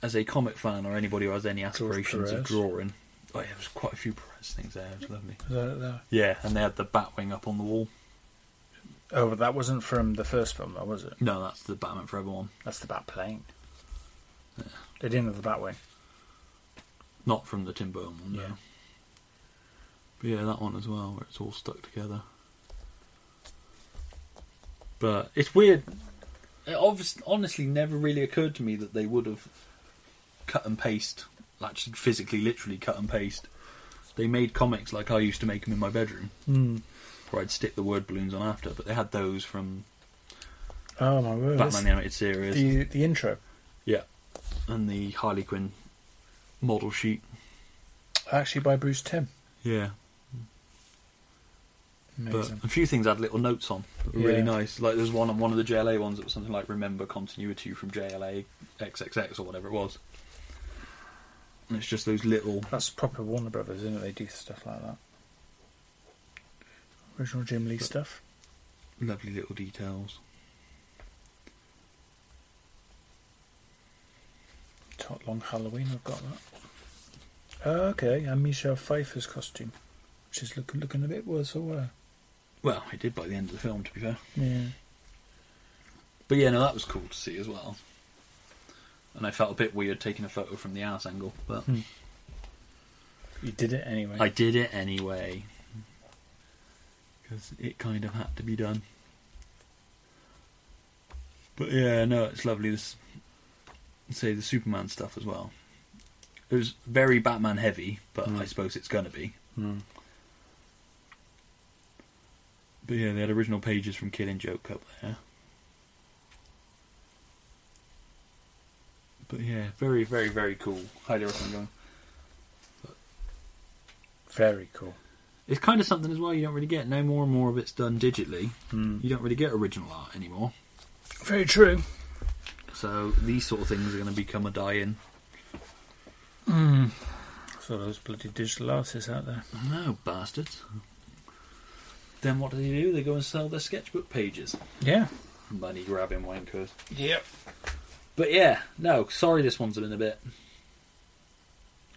Speaker 1: as a comic fan or anybody who has any aspirations of
Speaker 2: Perez.
Speaker 1: drawing, oh yeah, there was quite a few Perez things there. It was lovely.
Speaker 2: Is that it there?
Speaker 1: Yeah, and they had the Batwing up on the wall.
Speaker 2: Oh, but that wasn't from the first film, though, was it?
Speaker 1: No, that's the Batman Forever one.
Speaker 2: That's the Bat plane. They didn't have the Batwing.
Speaker 1: Not from the Tim Burton one.
Speaker 2: Yeah.
Speaker 1: No. But yeah, that one as well, where it's all stuck together. But it's weird. It obviously, honestly, never really occurred to me that they would have cut and paste, actually physically, literally cut and paste. They made comics like I used to make them in my bedroom,
Speaker 2: Mm.
Speaker 1: where I'd stick the word balloons on after. But they had those from
Speaker 2: Oh my word!
Speaker 1: Batman the Animated Series,
Speaker 2: the the intro.
Speaker 1: yeah, and the Harley Quinn model sheet,
Speaker 2: Actually, by Bruce Tim.
Speaker 1: yeah. But
Speaker 2: Amazing.
Speaker 1: a few things had little notes on that were really
Speaker 2: Yeah.
Speaker 1: nice. Like there's one on one of the JLA ones that was something like "Remember continuity from JLA XXX" or whatever it was. And it's just those little.
Speaker 2: That's proper Warner Brothers, isn't it? They do stuff like that. Original Jim Lee stuff.
Speaker 1: lovely little details.
Speaker 2: Tot Long Halloween. I've got that. Okay, and Michelle Pfeiffer's costume, which is looking looking a bit worse for wear.
Speaker 1: Well, it did by the end of the film, to be fair.
Speaker 2: Yeah.
Speaker 1: But yeah, no, that was cool to see as well. And I felt a bit weird taking a photo from the ass angle, but
Speaker 2: Hmm. You did it anyway.
Speaker 1: I did it anyway because it kind of had to be done. But yeah, no, it's lovely. This say the Superman stuff as well. It was very Batman heavy, but
Speaker 2: Mm.
Speaker 1: I suppose it's gonna be.
Speaker 2: Mm.
Speaker 1: But yeah, they had original pages from Killing Joke up there. But yeah, very, very, very cool. Highly recommend.
Speaker 2: Very cool.
Speaker 1: It's kind of something as well you don't really get. No more and more of it's done digitally. You don't really get original art anymore.
Speaker 2: Very true.
Speaker 1: So these sort of things are going to become a die-in.
Speaker 2: Hmm. So those bloody digital artists out there.
Speaker 1: No bastards. Then what do they do? They go and sell their sketchbook pages.
Speaker 2: Yeah.
Speaker 1: Money grabbing wankers.
Speaker 2: Yep.
Speaker 1: But yeah, no, sorry, this one's been a bit.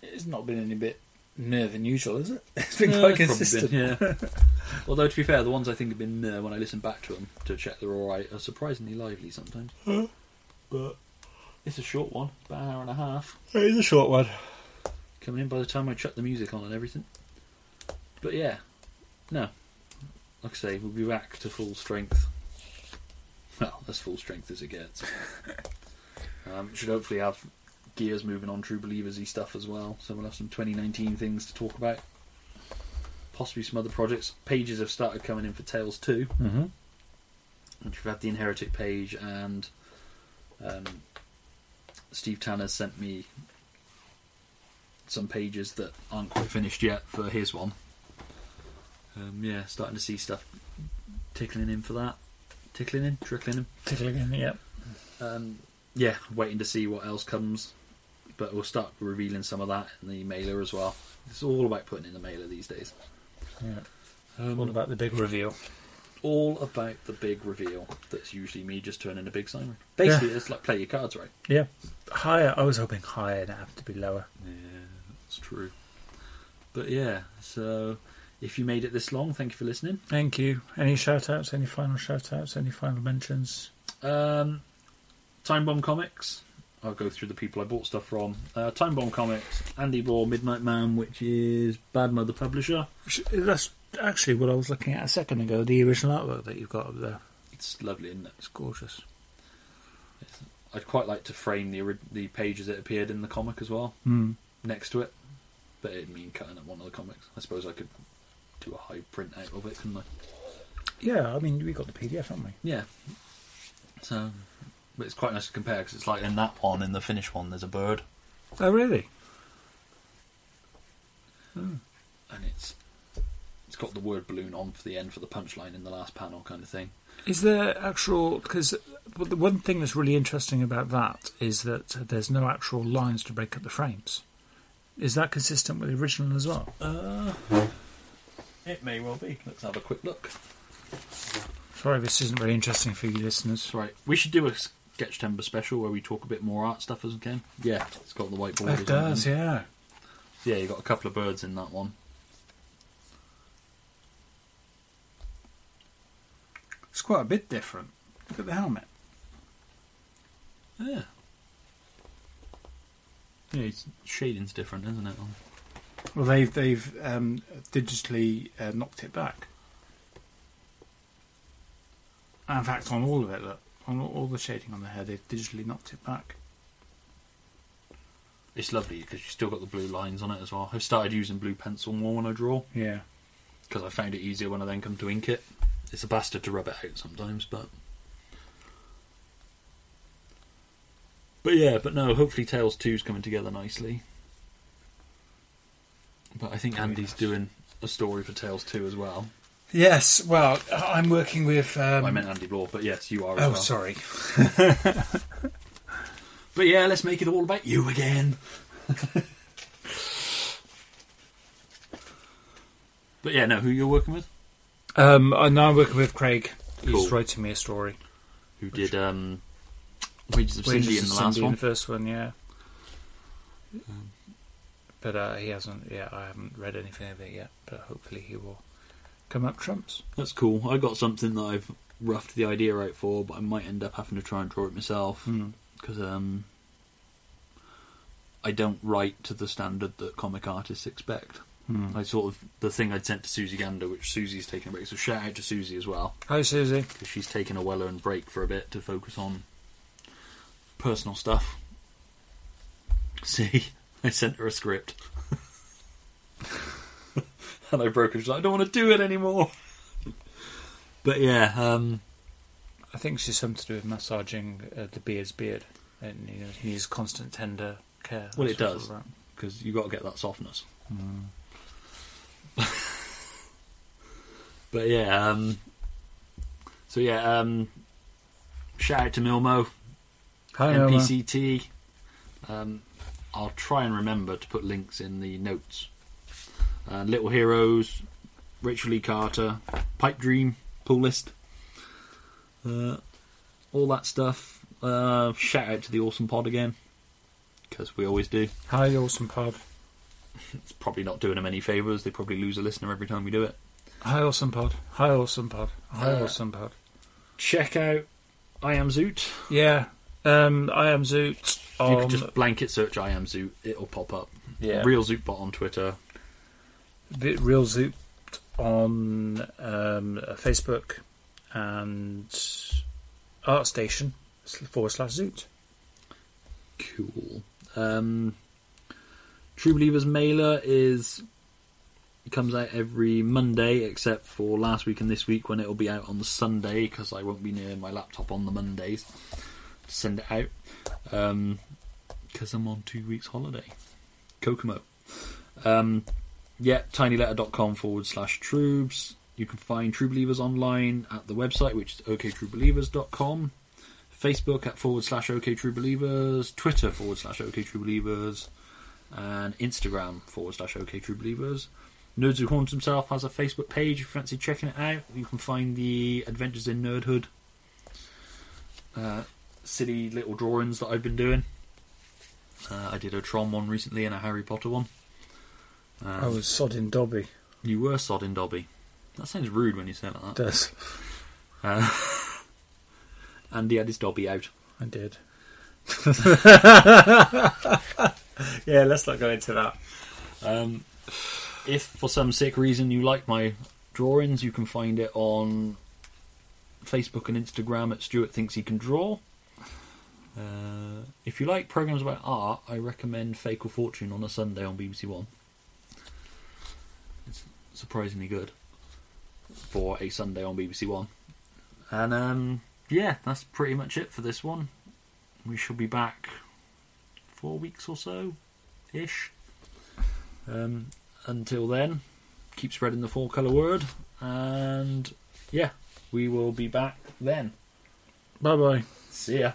Speaker 2: It's not been any bit near than usual, is it? It's
Speaker 1: No, it's probably been, yeah. Although to be fair, the ones I think have been uh, when I listen back to them to check they're all right are surprisingly lively sometimes. but it's a short one, about an hour and a half.
Speaker 2: It is Uh, a short one.
Speaker 1: coming in by the time I chuck the music on and everything. But yeah, no. Like I say, we'll be back to full strength. Well, as full strength as it gets. um, should hopefully have gears moving on, true believers y stuff as well. So we'll have some 2019 things to talk about. Possibly some other projects. Pages have started coming in for Tales 2,
Speaker 2: Mm-hmm.
Speaker 1: which we've had the Inheretic page, and um, Steve Tanner sent me some pages that aren't quite finished yet for his one. Um, yeah, starting to see stuff tickling in for that. Tickling in, trickling in.
Speaker 2: Tickling in, yep.
Speaker 1: Um, yeah, waiting to see what else comes, but we'll start revealing some of that in the mailer as well. It's all about putting in the mailer these days.
Speaker 2: Yeah.
Speaker 1: Um,
Speaker 2: All about the big reveal.
Speaker 1: all about the big reveal. That's usually me just turning a big siren. Basically, it's like play your cards right.
Speaker 2: Yeah. Higher. I was hoping higher, and it happened to be lower.
Speaker 1: Yeah, that's true. But yeah, so if you made it this long, thank you for listening.
Speaker 2: Thank you. Any shout outs? Any final shout outs? Any final mentions?
Speaker 1: Um, Time Bomb Comics. I'll go through the people I bought stuff from. Uh, Time Bomb Comics, Andy Raw, Midnight Man, which is Bad Mother Publisher.
Speaker 2: Sh- That's actually what I was looking at a second ago. The original artwork that you've got up there.
Speaker 1: It's lovely, isn't it?
Speaker 2: It's gorgeous.
Speaker 1: I'd quite like to frame the ori- the pages that appeared in the comic as well
Speaker 2: Mm.
Speaker 1: next to it. but it'd mean cutting up one of the comics. I suppose I could do a high print out of it, couldn't I?
Speaker 2: Yeah, I mean, we got the PDF, haven't we?
Speaker 1: Yeah. So, but it's quite nice to compare because it's like in that one, in the Finnish one, there's a bird,
Speaker 4: Oh, really?
Speaker 1: and it's it's got the word balloon on for the end for the punchline in the last panel, kind of thing.
Speaker 4: Is there actual?
Speaker 2: Because the one thing that's really interesting about that is that there's no actual lines to break up the frames. Is that consistent with the original as well?
Speaker 1: It may well be. Let's have a quick look.
Speaker 2: Sorry, if this isn't very interesting for you listeners.
Speaker 1: Right, we should do a sketch temper special where we talk a bit more art stuff as we can. Yeah, it's got the whiteboard.
Speaker 2: It does, yeah.
Speaker 1: Yeah, you got a couple of birds in that one.
Speaker 2: It's quite a bit different. Look at the helmet.
Speaker 1: Yeah. Yeah, it's, shading's different, isn't it? on-
Speaker 2: Well, they've they've um, digitally uh, knocked it back. And in fact, on all of it, look, on all, all the shading on the hair, they've digitally knocked it back.
Speaker 1: It's lovely because you still got the blue lines on it as well. I've started using blue pencil more when I draw
Speaker 2: Yeah.
Speaker 1: because I found it easier when I then come to ink it. It's a bastard to rub it out sometimes, but. But yeah, but no, hopefully Tales 2's coming together nicely. But I think
Speaker 2: Very
Speaker 1: Andy's
Speaker 2: nice.
Speaker 1: doing a story for Tales 2 as well.
Speaker 2: Yes. Well, I- I'm working with. Um,
Speaker 1: Well, I meant Andy Law, but yes, you are as
Speaker 2: oh,
Speaker 1: well.
Speaker 2: sorry.
Speaker 1: But yeah, let's make it all about you again. but yeah, no, who you're working with?
Speaker 2: Um, I now I'm working with Craig.
Speaker 1: Cool.
Speaker 2: He's writing me a story.
Speaker 1: Who did um, Wages of
Speaker 2: Wages
Speaker 1: Cindy
Speaker 2: of
Speaker 1: in the
Speaker 2: Cindy
Speaker 1: last
Speaker 2: in
Speaker 1: one? Um,
Speaker 2: the first one, yeah. But uh, he hasn't. Yeah, I haven't read anything of it yet. But hopefully, he will come up trumps.
Speaker 1: That's cool. I got something that I've roughed the idea out for, but I might end up having to try and draw it myself because um, I don't write to the standard that comic artists expect. I sort of the thing I'd sent to Susie Gander, which Susie's taken a break. So shout out to Susie as well.
Speaker 2: Hi, Susie.
Speaker 1: because she's taken a well-earned break for a bit to focus on personal stuff. See, I sent her a script, and I broke her. She's like, "I don't want to do it anymore." But yeah, um,
Speaker 2: I think she's something to do with massaging uh, the beard's beard. It needs, needs constant tender care.
Speaker 1: Well,
Speaker 2: That's
Speaker 1: it
Speaker 2: all
Speaker 1: does.
Speaker 2: for that.
Speaker 1: because you got to get that softness. but yeah, um, so yeah, um, shout out to Milmo.
Speaker 2: Hi, Noma.
Speaker 1: NPCT. Um, I'll try and remember to put links in the notes. Uh, Little Heroes, Rachel Lee Carter, Pipe Dream, Pool List, uh, all that stuff. Uh, shout out to the Awesome Pod again, because we always do.
Speaker 2: Hi, awesome pod.
Speaker 1: It's probably not doing them any favours. They probably lose a listener every time we do it.
Speaker 2: Hi, awesome pod. Hi, awesome pod. Hi,
Speaker 1: Uh,
Speaker 2: awesome pod.
Speaker 1: Check out I Am Zoot.
Speaker 2: Yeah. Um, I am Zoot.
Speaker 1: you
Speaker 2: On
Speaker 1: can just blanket search I Am Zoot, it'll pop up.
Speaker 2: Um, Yeah.
Speaker 1: Real Zootbot on Twitter.
Speaker 2: Vi- Real Zoot on um, uh, Facebook and ArtStation sl- forward slash Zoot.
Speaker 1: Cool. Um, True Believers mailer is it comes out every Monday, except for last week and this week when it'll be out on the Sunday because I won't be near my laptop on the Mondays. Send it out because I'm on two weeks holiday. Kokomo. Um, yeah, tinyletter.com forward slash troobs. You can find True Believers online at the website, which is oktruebelievers.com. Facebook at forward slash OK True Believers, Twitter forward slash OK True Believers, and Instagram forward slash OK True Believers. Nerds Who Horns himself has a Facebook page if you fancy checking it out. You can find the Adventures in Nerdhood uh, silly little drawings that I've been doing. Uh, I did a Tron one recently and a Harry Potter one. Um,
Speaker 2: I was sodding Dobby.
Speaker 1: You were sodding Dobby. That sounds rude when you say it like that.
Speaker 2: Does.
Speaker 1: Andy had his Dobby out.
Speaker 2: I did. yeah, let's not go into that.
Speaker 1: Um, if for some sick reason you like my drawings, you can find it on Facebook and Instagram at Stuart Thinks He Can Draw. Uh, if you like programs about art, I recommend Fake or Fortune on a Sunday on BBC One. surprisingly good for a Sunday on BBC One. And um, yeah, that's pretty much it for this one. We shall be back four weeks or so ish. Um, until then, keep spreading the four colour word, and yeah, we will be back then.
Speaker 5: Bye bye.
Speaker 1: See ya.